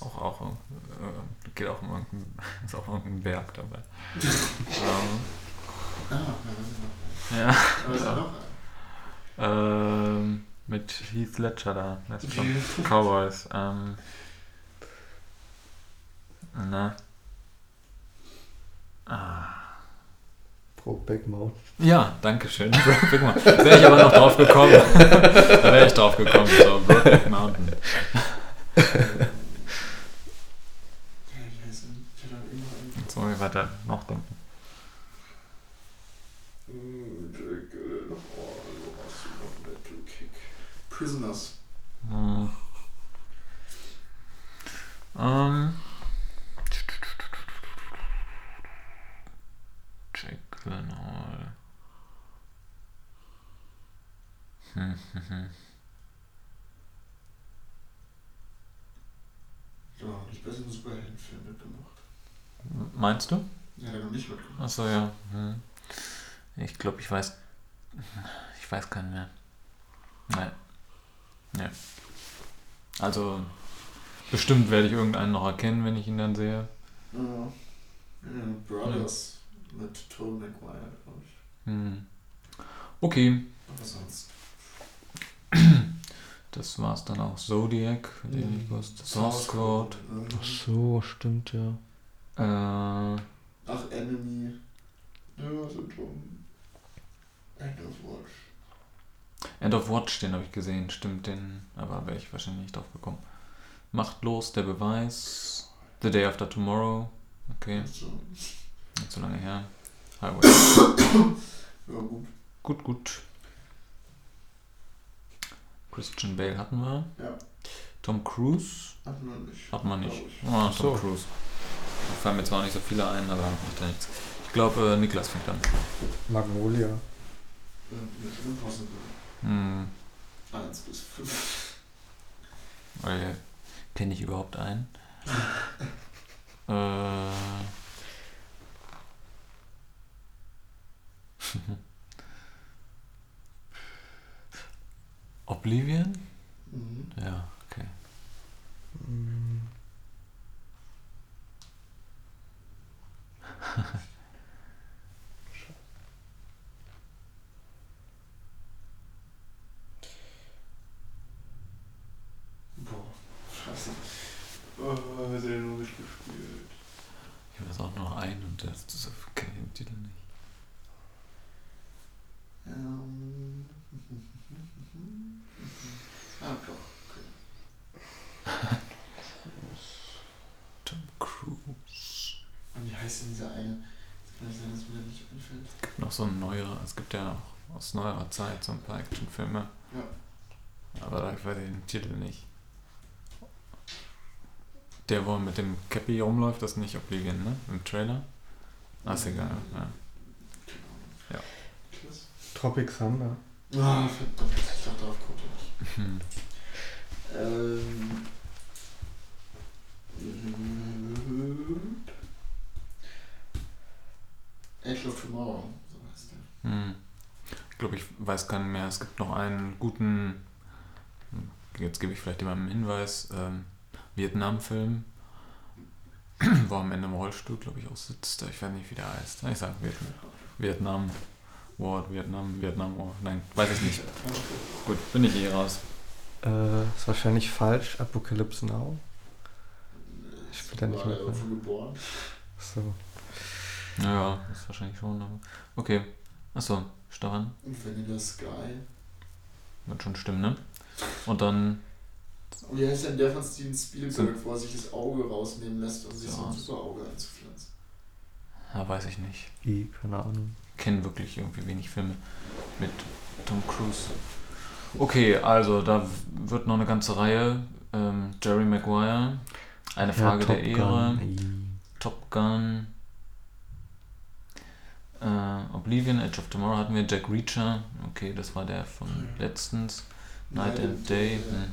S1: auch, auch, äh, geht auch um irgendein, ist auch irgendein Berg dabei. ähm,
S2: Ah, ja,
S1: ja.
S2: ja. Aber ist auch noch
S1: Ähm, mit Heath Ledger da. Wer ist schon?
S2: ein.
S1: Cowboys. Ähm, na. Ah.
S3: Brokeback Mountain.
S1: Ja, danke schön. Brokeback Mountain. Wäre ich aber noch drauf gekommen. da wäre ich drauf gekommen. So, Brokeback Mountain.
S2: Ja, ich weiß nicht. Ich hatte auch immer einen.
S1: So, wie weiter noch denken.
S2: Mm, Jack Gyllenhaal. Du machst du noch einen Little Kick. Prisoners.
S1: Hm. Ähm. Jack Gyllenhaal. Hm, hm, hm.
S2: Ja, hab ich besseren Superheldenfilm mitgemacht.
S1: Meinst du?
S2: Ja, der hat noch nicht mitgemacht.
S1: Achso, ja. Hm. Ich glaube, ich weiß. Ich weiß keinen mehr. Nein. Nee. Also, bestimmt werde ich irgendeinen noch erkennen, wenn ich ihn dann sehe.
S2: Ja. Ja, Brothers mit Tom McGuire, glaube ich.
S1: Hm. Okay,
S2: Aber sonst.
S1: das war's dann auch. Zodiac, den ich wusste. Source Code.
S2: Ähm,
S3: so, stimmt ja.
S1: Äh,
S2: Ach, Enemy. Ja, so dumm. End of Watch.
S1: End of Watch, den habe ich gesehen, stimmt den. Aber wäre ich wahrscheinlich nicht drauf gekommen. Machtlos, der Beweis. The Day After Tomorrow. Okay,
S2: Also,
S1: nicht so lange her. Highway.
S2: ja, gut.
S1: Gut, gut. Christian Bale hatten wir.
S2: Ja.
S1: Tom Cruise
S2: Hat man nicht.
S1: hat man nicht.
S2: Glaub ich.
S1: Ah, Tom
S3: So.
S1: Cruise. Da fallen mir zwar nicht so viele ein, aber macht ja nichts. Ich glaube, äh, Niklas fängt an.
S3: Magnolia.
S2: Ja, Mission Impossible.
S1: Hm,
S2: 1 bis 5.
S1: äh, kenne ich überhaupt einen? äh, Oblivion?
S2: Mhm.
S1: Ja, okay.
S3: Hm,
S2: Boah, scheiße. Oh, hat er noch nicht gespielt.
S1: Ich weiß auch nur einen und das, das kenne ich den Titel nicht.
S2: Ähm. Ah, doch.
S1: Tom Cruise.
S2: Und wie heißt denn dieser eine? Das kann nicht sein, dass mir der nicht einfällt.
S1: gibt noch so neuere, es gibt ja auch aus neuerer Zeit so ein paar Actionfilme.
S2: Ja.
S1: Aber da weiß ich den Titel nicht. Der, wo er mit dem Cappy rumläuft, das ist nicht Oblivion, ne? Im Trailer? Ah, ist egal. Ja.
S2: Krass.
S3: Tropic Thunder.
S2: Ah, verdammt, ich dachte auf Koto nicht.
S1: Hm.
S2: Ähm. Edge of Tomorrow, so heißt der.
S1: Hm. Ich glaube, ich weiß gar nicht mehr. Es gibt noch einen guten, jetzt gebe ich vielleicht jemandem einen Hinweis, ähm, Vietnam-Film, wo am Ende im Rollstuhl, glaube ich, auch sitzt. Ich weiß nicht, wie der heißt. Ich sage Vietnam. Vietnam. War, Vietnam, Vietnam War. Nein, weiß ich nicht. Gut, bin ich hier raus.
S3: Äh, ist wahrscheinlich falsch. Apocalypse Now. Ich bin da nicht
S2: War
S3: mit,
S2: er
S3: ne?
S2: irgendwo geboren?
S3: So.
S1: Ja, ist wahrscheinlich schon. Aber okay. Achso, Stefan.
S2: Und Vanilla Sky.
S1: Wird schon stimmen, ne? Und dann,
S2: Und wie heißt denn der von Steven Spielberg, wo er sich das Auge rausnehmen lässt, um sich so ein
S1: Ja.
S2: super Auge einzupflanzen?
S1: ja, weiß ich nicht.
S3: I, keine Ahnung.
S1: kennen wirklich irgendwie wenig Filme mit Tom Cruise. Okay, also da w- wird noch eine ganze Reihe. Ähm, Jerry Maguire, eine Frage
S3: Ja,
S1: der
S3: Top
S1: Ehre,
S3: Gun. I.
S1: Top Gun, äh, Oblivion, Edge of Tomorrow hatten wir, Jack Reacher, okay, das war der von
S2: Ja.
S1: letztens, Night and Day, hm,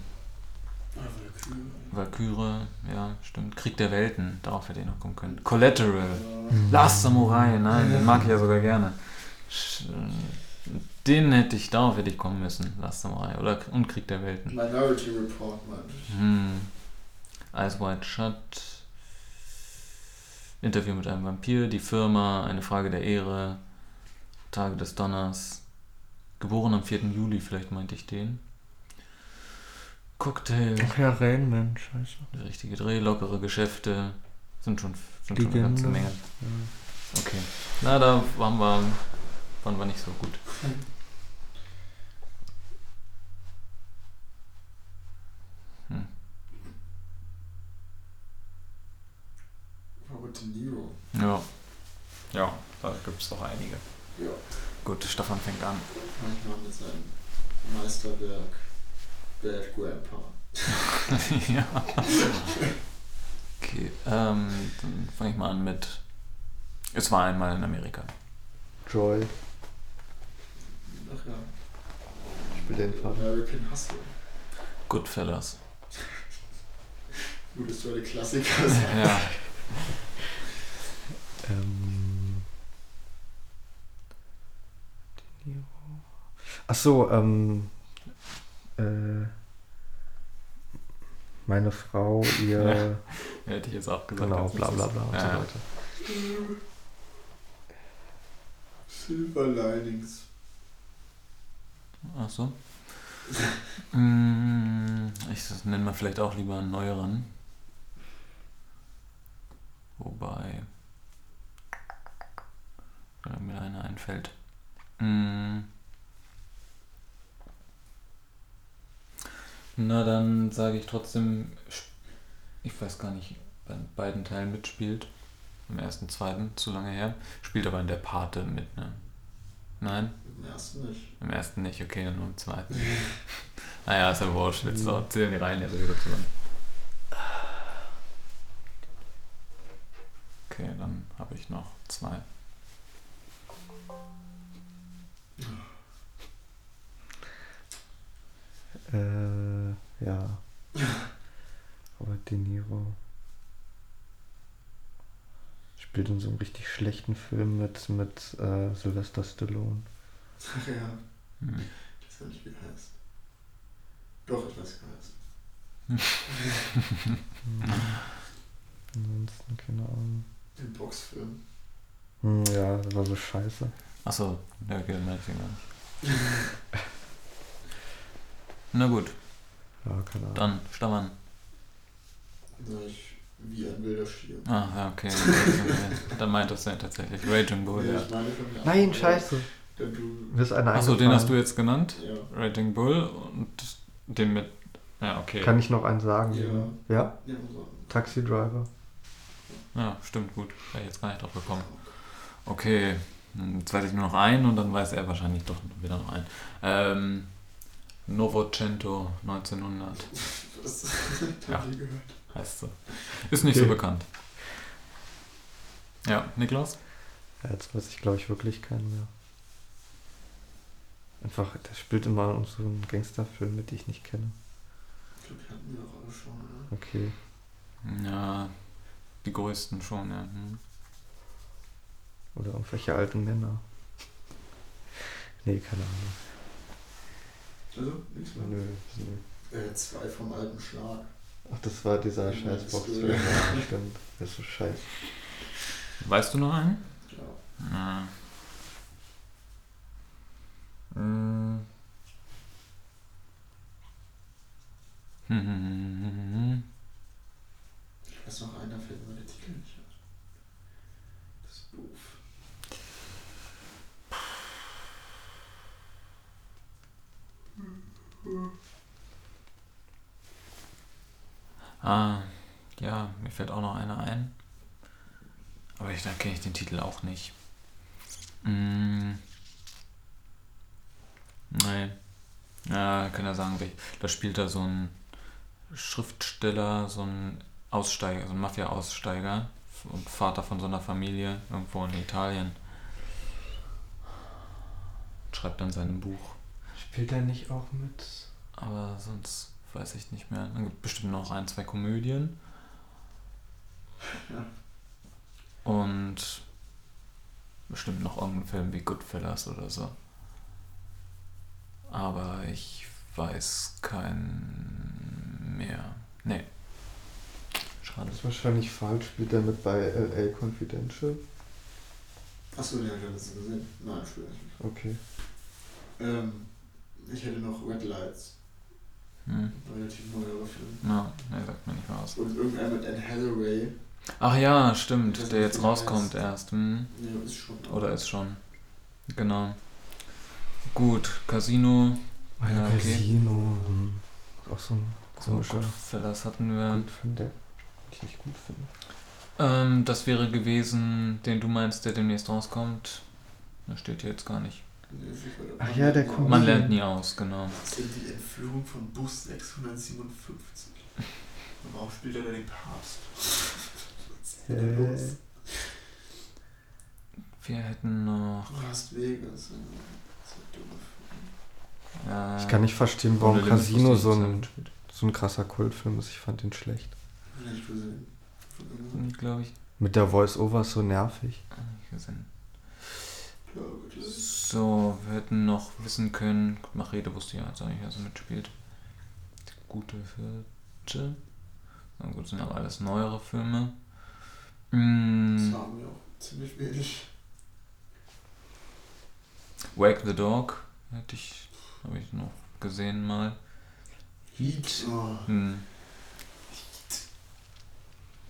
S2: Ah, Valkyrie.
S1: Valkyrie, ja, stimmt, Krieg der Welten, darauf hätte ich noch kommen können. Collateral,
S2: Ja.
S1: Last Samurai, nein, den mag ich ja sogar gerne. Sch- äh, Den hätte ich, darauf hätte ich kommen müssen. Last Samurai oder K- und Krieg der Welten.
S2: Minority Report, Mann.
S1: Hm. Eyes Wide Shut. Interview mit einem Vampir, die Firma, eine Frage der Ehre, Tage des Donners. Geboren am 4. Juli, vielleicht meinte ich den. Cocktail,
S3: Ach ja, Rain Man, scheiße.
S1: der richtige Dreh, lockere Geschäfte. Sind schon, sind
S3: Die
S1: schon eine ganze
S3: Gänse.
S1: Menge.
S3: Ja.
S1: Okay. Na, da waren wir, waren wir nicht so gut. Hm.
S2: Robert De Niro.
S1: Ja. Ja, da gibt es doch einige.
S2: Ja,
S1: Gut, Stefan fängt an.
S2: manchmal mit seinem Meisterwerk Bad Grandpa.
S1: ja. Okay, ähm, dann fange ich mal an mit. Es war einmal in Amerika.
S3: Joy.
S2: Ach ja.
S3: Ich will den Vater.
S2: American Hustle.
S1: Goodfellas.
S2: Gut, das war der Klassiker.
S1: ja.
S3: Ähm. De Niro. Ach so, ähm. Äh, meine Frau, ihr.
S1: Hätte ich jetzt auch gesagt.
S3: genau,
S1: als
S3: bla bla
S1: nächstes.
S3: bla und
S1: Ja.
S3: so weiter.
S2: Silver Linings.
S1: Ach so. Mm, ich nenne mal vielleicht auch lieber einen neueren. Wobei wenn mir einer einfällt. Mm. Na, dann sage ich trotzdem, sp- ich weiß gar nicht, bei beiden Teilen mitspielt. Im ersten, zweiten, zu lange her. Spielt aber in der Pate mit, ne? Nein?
S2: Im ersten nicht.
S1: Im ersten nicht, okay, dann nur im zweiten. naja, ist ja wurscht. Jetzt
S3: Mhm.
S1: so, zählen die Reihen ja sowieso zusammen. Okay, dann habe ich noch zwei.
S3: Äh, ja. Robert De Niro. Spielt in so einem richtig schlechten Film mit, mit äh, Sylvester Stallone.
S2: Ach ja,
S1: Hm.
S2: das hat nicht geheißen. Doch, ich weiß geheißen.
S3: Hm. Ansonsten, keine Ahnung.
S2: Den Boxfilm.
S3: Hm, ja, das war so scheiße.
S1: Achso, ja, okay, dann merke ich ihn gar nicht. Na gut,
S3: Ja, keine Ahnung.
S1: dann Stammern.
S2: Na, ich, wie ein wilder Stier.
S1: Ah, ja, okay. dann meint das ja tatsächlich Raging Bull, Oh ja.
S2: ich meine von mir.
S3: Nein, scheiße.
S2: Denn du.
S3: Mir ist einer
S1: Achso, den
S3: eingefallen.
S1: hast du jetzt genannt.
S2: Ja.
S1: Raging Bull und den mit. Ja, okay.
S3: Kann ich noch einen sagen?
S2: Ja.
S3: ja?
S2: Ja, so.
S3: Taxi Driver.
S1: Ja, stimmt, gut. Wäre ich jetzt gar nicht drauf gekommen.
S2: Oh
S1: Okay, hm, jetzt weiß ich nur noch einen und dann weiß er wahrscheinlich doch wieder noch einen. Ähm, Novocento 1900.
S2: Das hab
S1: Ja.
S2: nie gehört.
S1: heißt so. Ist nicht so
S3: Okay.
S1: bekannt. Ja, Niklas?
S3: Ja, jetzt weiß ich, glaube ich, wirklich keinen mehr. Einfach, der spielt immer in so einem Gangsterfilm mit, die ich nicht kenne.
S2: Ich glaube, die hatten wir auch alle schon, oder?
S3: Okay.
S1: Ja, die größten schon, ja. Hm.
S3: Oder irgendwelche alten Männer. Nee, keine Ahnung.
S2: Also, nichts mehr.
S3: Nö, nö.
S2: Äh, zwei vom alten Schlag.
S3: Ach, das war dieser
S2: Ja,
S3: scheiß
S2: das
S3: Box
S2: ist-
S3: Stimmt. Das ist so scheiße.
S1: Weißt du noch einen?
S2: Ja.
S1: Ja. Hm. Hm, hm, hm, hm, hm, hm.
S2: Ich weiß noch einer, fällt mir der Titel nicht ein. Das ist doof.
S1: Ah, ja, mir fällt auch noch einer ein. Aber ich, da kenne ich den Titel auch nicht. Mm. Nein. Ja, kann ja sagen, wel- da spielt da so ein Schriftsteller, so ein Aussteiger, so ein Mafia-Aussteiger und Vater von so einer Familie irgendwo in Italien. Schreibt dann sein Buch.
S3: Spielt er nicht auch mit?
S1: Aber sonst weiß ich nicht mehr. Dann gibt es bestimmt noch ein, zwei Komödien.
S2: Ja.
S1: Und bestimmt noch irgendeinen Film wie Goodfellas oder so. Aber ich weiß keinen mehr. Nee. Schade.
S3: Das ist wahrscheinlich falsch. Spielt er mit bei LA Confidential?
S2: Achso, den hab ich ja letztens gesehen. Nein, spiel ich nicht.
S3: Okay.
S2: Ähm, ich hätte noch Red Lights.
S1: Hm.
S2: Ein Relativ neuerer Film.
S1: Na, nee, sagt mir nicht was.
S2: Und irgendeiner mit Anne Hathaway.
S1: Ach ja, stimmt,
S2: Ich weiß
S1: der
S2: nicht,
S1: jetzt
S2: wie der
S1: rauskommt
S2: heißt.
S1: erst. Hm.
S2: Ne, ist schon.
S1: Oder ist schon. Genau. Gut, Casino.
S3: Ah,
S1: Ja,
S3: ja,
S1: okay.
S3: Casino. hm. Auch so ein
S1: So,
S3: komischer
S1: Goodfellas hatten wir.
S3: Film, der ich nicht gut finde.
S1: Ähm, das wäre gewesen, den du meinst, der demnächst rauskommt. Das steht hier jetzt gar nicht.
S2: Nee, ist nicht weiter.
S3: Ach ja, der kommt-
S1: Man lernt nie aus, genau.
S2: Das sind die Entführung von Bus 657. Und warum spielt er da den Papst? Was ist denn da
S3: Äh.
S2: los?
S1: Wir hätten noch.
S2: Las Vegas. ja. Das ist ja
S1: Äh,
S2: doof.
S3: Ich kann nicht verstehen, warum
S1: Ohne Limit
S3: Casino
S1: wusste
S3: so
S1: ich nicht,
S3: ein,
S1: dass er mitspielt.
S3: so ein krasser Kultfilm ist. Ich fand den schlecht.
S2: Hab ich nicht gesehen. Von irgendwann.
S1: Nicht, glaube ich.
S3: Mit der Voice-Over so nervig.
S1: Nicht gesehen.
S2: Ja, gut, das ist-
S1: So, wir hätten noch wissen können. Gut, Machete wusste ja jetzt eigentlich, dass er mitspielt. Die Gute Vierte. Na gut, sind aber alles neuere Filme.
S2: das
S1: Mm,
S2: haben wir auch ziemlich wenig.
S1: Wake the Dog. Hätte ich. Habe ich noch gesehen mal. Heat.
S2: Oh,
S1: Hm.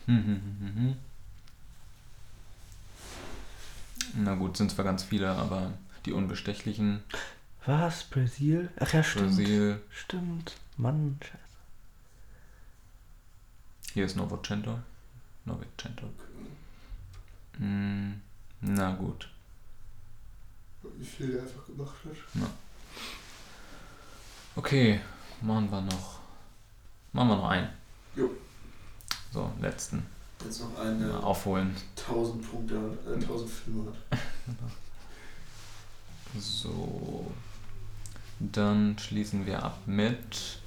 S1: Hm, hm, hm, hm, hm. Na gut, sind zwar ganz viele, aber die Unbestechlichen,
S3: Was? Brasil? Ach ja,
S1: Brasil,
S3: Stimmt. Mann, scheiße.
S1: hier ist Novocento. Novicento.
S2: okay.
S1: Hm, na gut.
S2: Wie viel der einfach gemacht hat.
S1: Okay, machen wir noch. Machen wir noch einen.
S2: Jo.
S1: So, letzten.
S2: Jetzt noch
S1: Mal
S2: eine
S1: aufholen.
S2: 1000 Punkte, hat, äh, 1000 Filme hat.
S1: So. Dann schließen wir ab mit.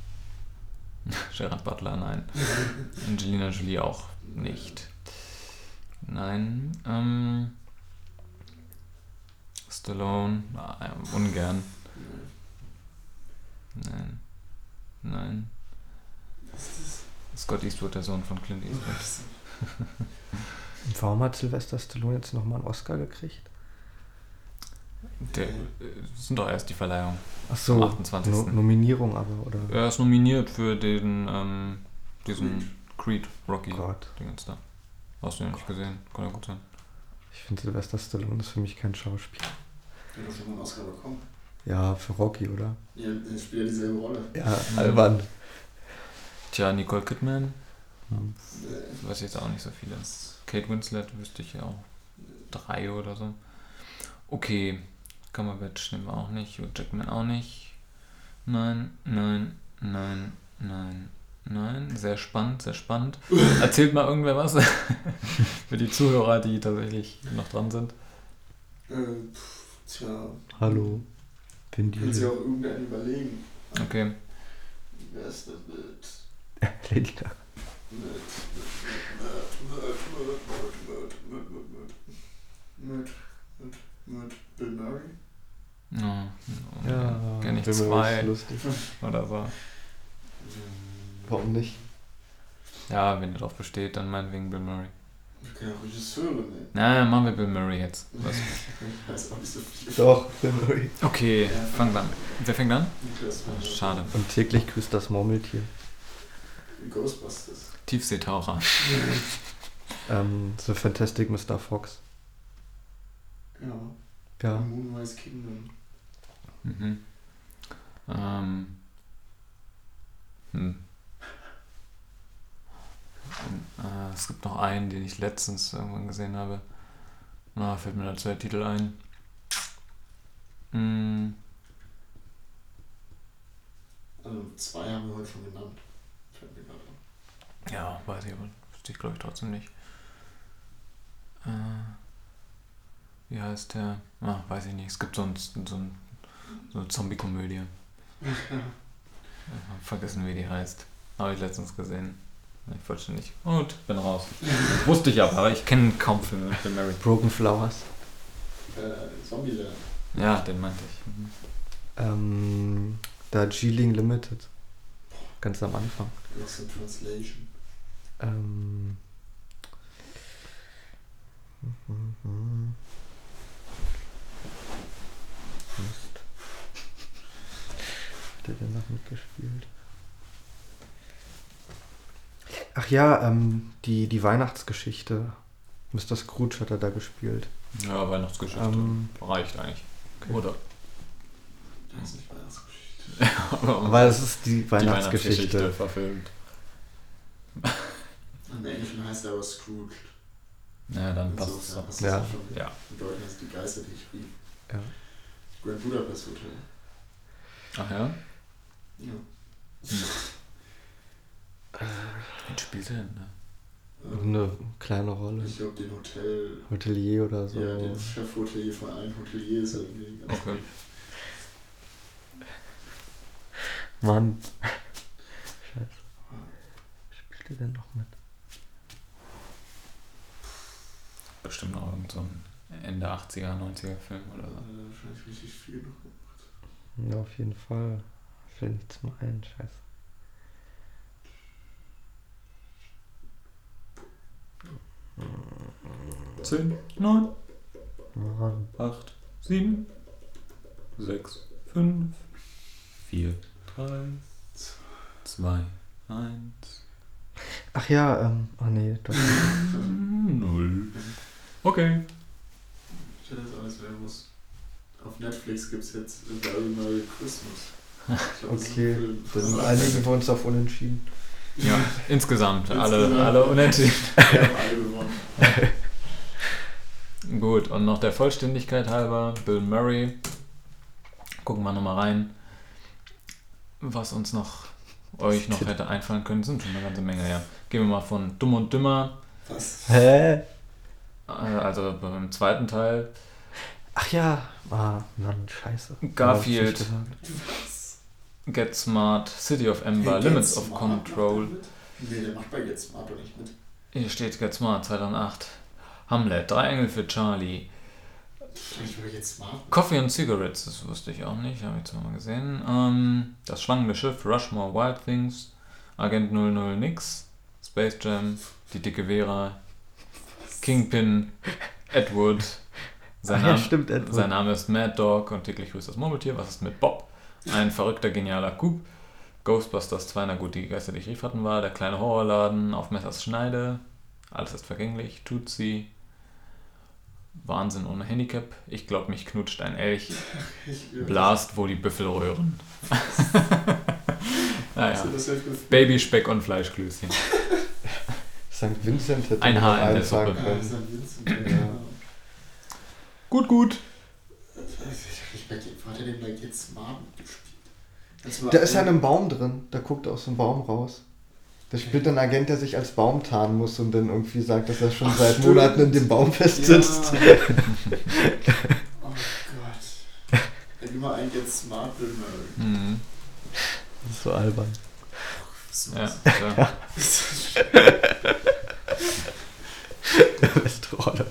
S1: Gerard Butler, nein. Angelina Jolie auch nicht. Nein. Ähm, Stallone, nein, ungern.
S2: Nee.
S1: Nein. Nein.
S2: Was ist das?
S1: Scott Eastwood, der Sohn von Clint Eastwood.
S2: Was?
S3: Und warum hat Sylvester Stallone jetzt nochmal einen Oscar gekriegt?
S1: Der, äh, das sind doch erst die Verleihung.
S3: Ach
S1: Am
S3: so,
S1: 28.
S3: no Nominierung aber, oder?
S1: Er ist nominiert für den, ähm, diesen Creed Rocky.
S3: Oh Gott.
S1: Dingens da. Hast du ja nicht gesehen. Kann ja gut sein.
S3: Ich finde Sylvester Stallone ist für mich kein Schauspieler.
S2: Der hat doch schon mal einen Oscar bekommen.
S3: Ja, für Rocky, oder?
S2: Ja, der spielt ja dieselbe Rolle.
S3: Ja,
S1: Mhm.
S3: albern.
S1: Tja, Nicole Kidman,
S3: Hm.
S2: Nee.
S1: weiß ich jetzt auch nicht so viele.
S2: Das
S1: Kate Winslet wüsste ich ja auch. Drei oder so. Okay, Cumberbatch nehmen wir auch nicht. Hugh Jackman auch nicht. Nein, nein, Nein, nein, nein. Sehr spannend, sehr spannend. Erzählt mal irgendwer was für die Zuhörer, die tatsächlich noch dran sind.
S2: Äh, pff, tja,
S3: Hallo. Bin
S2: kannst
S3: Diesel.
S2: ja auch irgendeinen überlegen.
S1: Okay.
S2: Wer ist denn mit?
S3: Lady Gaga.
S2: Mit, mit, mit, mit, mit, mit, mit, mit, mit, mit, mit, mit, mit Bill Murray?
S1: Ja,
S3: Ja,
S1: kenne ich
S3: bin mir was
S1: zwei
S3: lustig.
S1: oder so.
S3: Warum nicht?
S1: Ja, wenn ihr drauf besteht, dann meinetwegen Bill Murray.
S2: Wir können ja Regisseure nehmen.
S1: Na, machen wir Bill Murray jetzt. Was?
S2: Ich weiß auch nicht so viel.
S3: Doch, Bill Murray.
S1: Okay, fangen wir an. Wer fängt an?
S2: Niklas
S1: Ah,
S2: Winter.
S1: Schade.
S3: Und täglich grüßt das Murmeltier.
S2: Ghostbusters.
S1: Tiefseetaucher.
S3: Ähm, The Fantastic Mr. Fox.
S2: Ja.
S3: Ja.
S2: Moonrise Kingdom.
S1: Mhm. Ähm. Hm. Und, äh, es gibt noch einen, den ich letztens irgendwann gesehen habe. Na, fällt mir dazu der Titel ein. Hm,
S2: Also zwei haben wir heute schon genannt. Fällt mir gerade ein.
S1: ja, weiß ich aber. Wüsste ich glaube ich trotzdem nicht. Äh, wie heißt der? Ah, weiß ich nicht. Es gibt so, ein, so, ein, so eine Zombie-Komödie. Äh, Vergessen, wie die heißt. Habe ich letztens gesehen. Ich wollte schon nicht. Gut, bin raus. Wusste ich aber, aber ich kenne kaum Filme mit Bill Murray.
S3: Broken Flowers.
S2: Äh, Zombieland.
S1: Ja, den meinte ich. Mhm.
S3: Ähm, da G-Ling Limited. Ganz am Anfang.
S2: Lost in Translation.
S3: Ähm. Mist. Hat er denn noch mitgespielt? Ach ja, ähm, die, die Weihnachtsgeschichte. Mr. Scrooge hat er da gespielt.
S1: Ja, Weihnachtsgeschichte.
S3: Ähm,
S1: Reicht eigentlich.
S3: Okay.
S1: Oder?
S2: Das ist nicht Weihnachtsgeschichte.
S3: aber das ist die Weihnachtsgeschichte.
S1: verfilmt.
S2: Im Englischen heißt er aber Scrooge.
S1: Ja, dann passt es
S2: Insofern
S1: doch.
S2: passt
S3: Ja.
S2: es schon.
S1: Ja.
S2: In Deutschland ist die Geister, die ich rief.
S3: Ja.
S2: Grand Budapest Hotel.
S1: Ach ja?
S2: Ja.
S1: Wen spielt er denn? da?
S2: Ähm,
S3: Äh, Eine kleine Rolle.
S2: Ich glaube, den Hotel.
S3: Hotelier oder so.
S2: Ja, den Chefhotelier von allen Hoteliers irgendwie. ganz
S1: Okay.
S2: gut.
S3: Mann. Scheiße. Spielt er denn noch mit?
S1: Bestimmt noch irgend so ein Ende 80er, 90er Film oder
S2: Äh,
S1: so.
S2: wahrscheinlich richtig viel noch gemacht.
S3: Ja, auf jeden Fall. Fällt nichts mehr ein, scheiße.
S1: Zehn, neun,
S3: Mann.
S1: acht, sieben, sechs, fünf, vier, drei, zwei, eins.
S3: Ach ja, ähm, oh nee, doch.
S1: Null. Okay.
S2: Ich hätte das alles werden muss. Auf Netflix gibt es jetzt A Very Merry Christmas. Ich glaub, das ist ein
S3: Okay,
S2: Film.
S3: Da sind
S2: Aber-
S3: einige von uns auf Unentschieden.
S1: Ja, insgesamt. Alle,
S2: Insgesamt.
S1: alle unentschieden.
S2: Wir haben alle gewonnen.
S1: Gut, und noch der Vollständigkeit halber, Bill Murray. Gucken wir nochmal rein. Was uns noch, euch noch hätte einfallen können, sind schon eine ganze Menge, ja. Gehen wir mal von Dumm und Dümmer,
S2: Was?
S3: Hä?
S1: äh, also beim zweiten Teil.
S3: Ach ja. Ah, Mann, scheiße.
S1: Garfield.
S3: Hab ich nicht gesagt.
S1: Get Smart, City of Ember,
S2: Hey,
S1: Limits
S2: Get
S1: of
S2: Smart
S1: Control.
S2: macht er mit? Nee, der macht bei Get Smart doch nicht mit.
S1: Hier steht Get Smart, 2008. Hamlet, Drei Engel für Charlie.
S2: Ich will Get Smart.
S1: Coffee and Cigarettes, das wusste ich auch nicht, habe ich zwar mal gesehen. Ähm, das schwangende Schiff, Rushmore Wild Things, Agent 00 Nix, Space Jam, die dicke Vera, Kingpin, Edward. Sein,
S3: Ach Ah, ja,
S1: Name,
S3: stimmt, Edward.
S1: sein Name ist Mad Dog und täglich grüßt das Murmeltier. Was ist mit Bob? Ein verrückter, genialer Coup. Ghostbusters 2, na gut, die Geister, die ich rief hatten, war der kleine Horrorladen auf Messers Schneide. Alles ist vergänglich. Tutsi. Wahnsinn ohne Handicap. Ich glaub, mich knutscht ein Elch.
S2: Ich, ja,
S1: Blast, wo die Büffel röhren.
S2: Hast
S1: naja.
S2: du das jetzt gefunden?
S1: Babyspeck und Fleischklößchen.
S3: St. Vincent hätte
S1: Ein
S3: man
S1: Haar in der
S3: eintragen
S1: Suppe.
S2: Ah, das ist
S3: können.
S2: ein Vincent. Ja.
S3: Ja.
S1: Gut, gut.
S2: Ich hab nicht bei Get- Wo hat er denn bei Get Smart mitgespielt? Das war
S3: Da ist
S2: ein-
S3: er in einem Baum drin. Da guckt er aus dem Baum raus. Da spielt ein Agent, der sich als Baum tarnen muss und dann irgendwie sagt, dass er schon
S2: Ach,
S3: seit
S2: stimmt.
S3: Monaten in dem Baum festsitzt.
S2: Ja. oh Gott. Ey, Immer ein jetzt Smart Bill Murray.
S1: Mhm.
S3: Das ist so albern.
S2: So
S1: Ja,
S2: was.
S1: ja.
S3: Beste Rolle.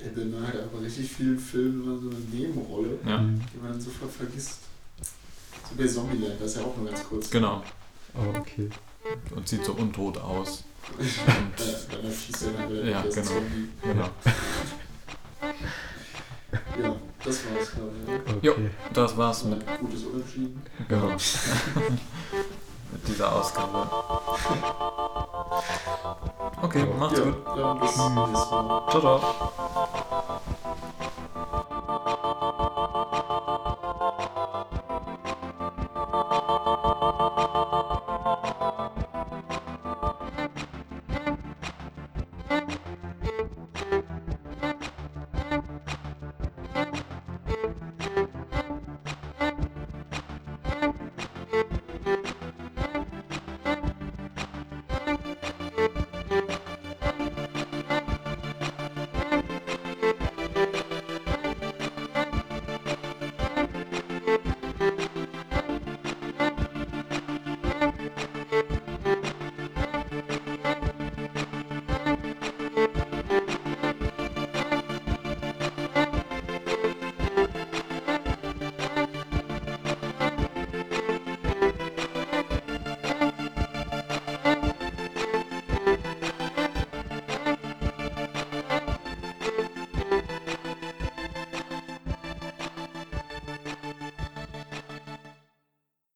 S2: Ey, Bill Murray hat aber richtig vielen Filmen immer so eine Nebenrolle,
S1: ja.
S3: Hm.
S2: die man sofort vergisst. So bei Zombieland, das ist ja auch nur ganz kurz.
S1: Genau.
S3: Oh, okay.
S1: Und sieht so untot aus.
S2: Stimmt. Dann schießt er dann wieder
S1: Ja,
S2: das
S1: genau.
S2: Zombie.
S1: Genau.
S2: Ja, das war's, glaube ich. ja.
S1: Jo.
S3: okay.
S1: Das war's
S2: Das
S1: mit,
S2: war ein gutes Unentschieden.
S1: genau. mit dieser Ausgabe. Okay, macht's
S2: ja,
S1: gut.
S2: Ja, bis zum nächsten Mal.
S1: Ciao, ciao.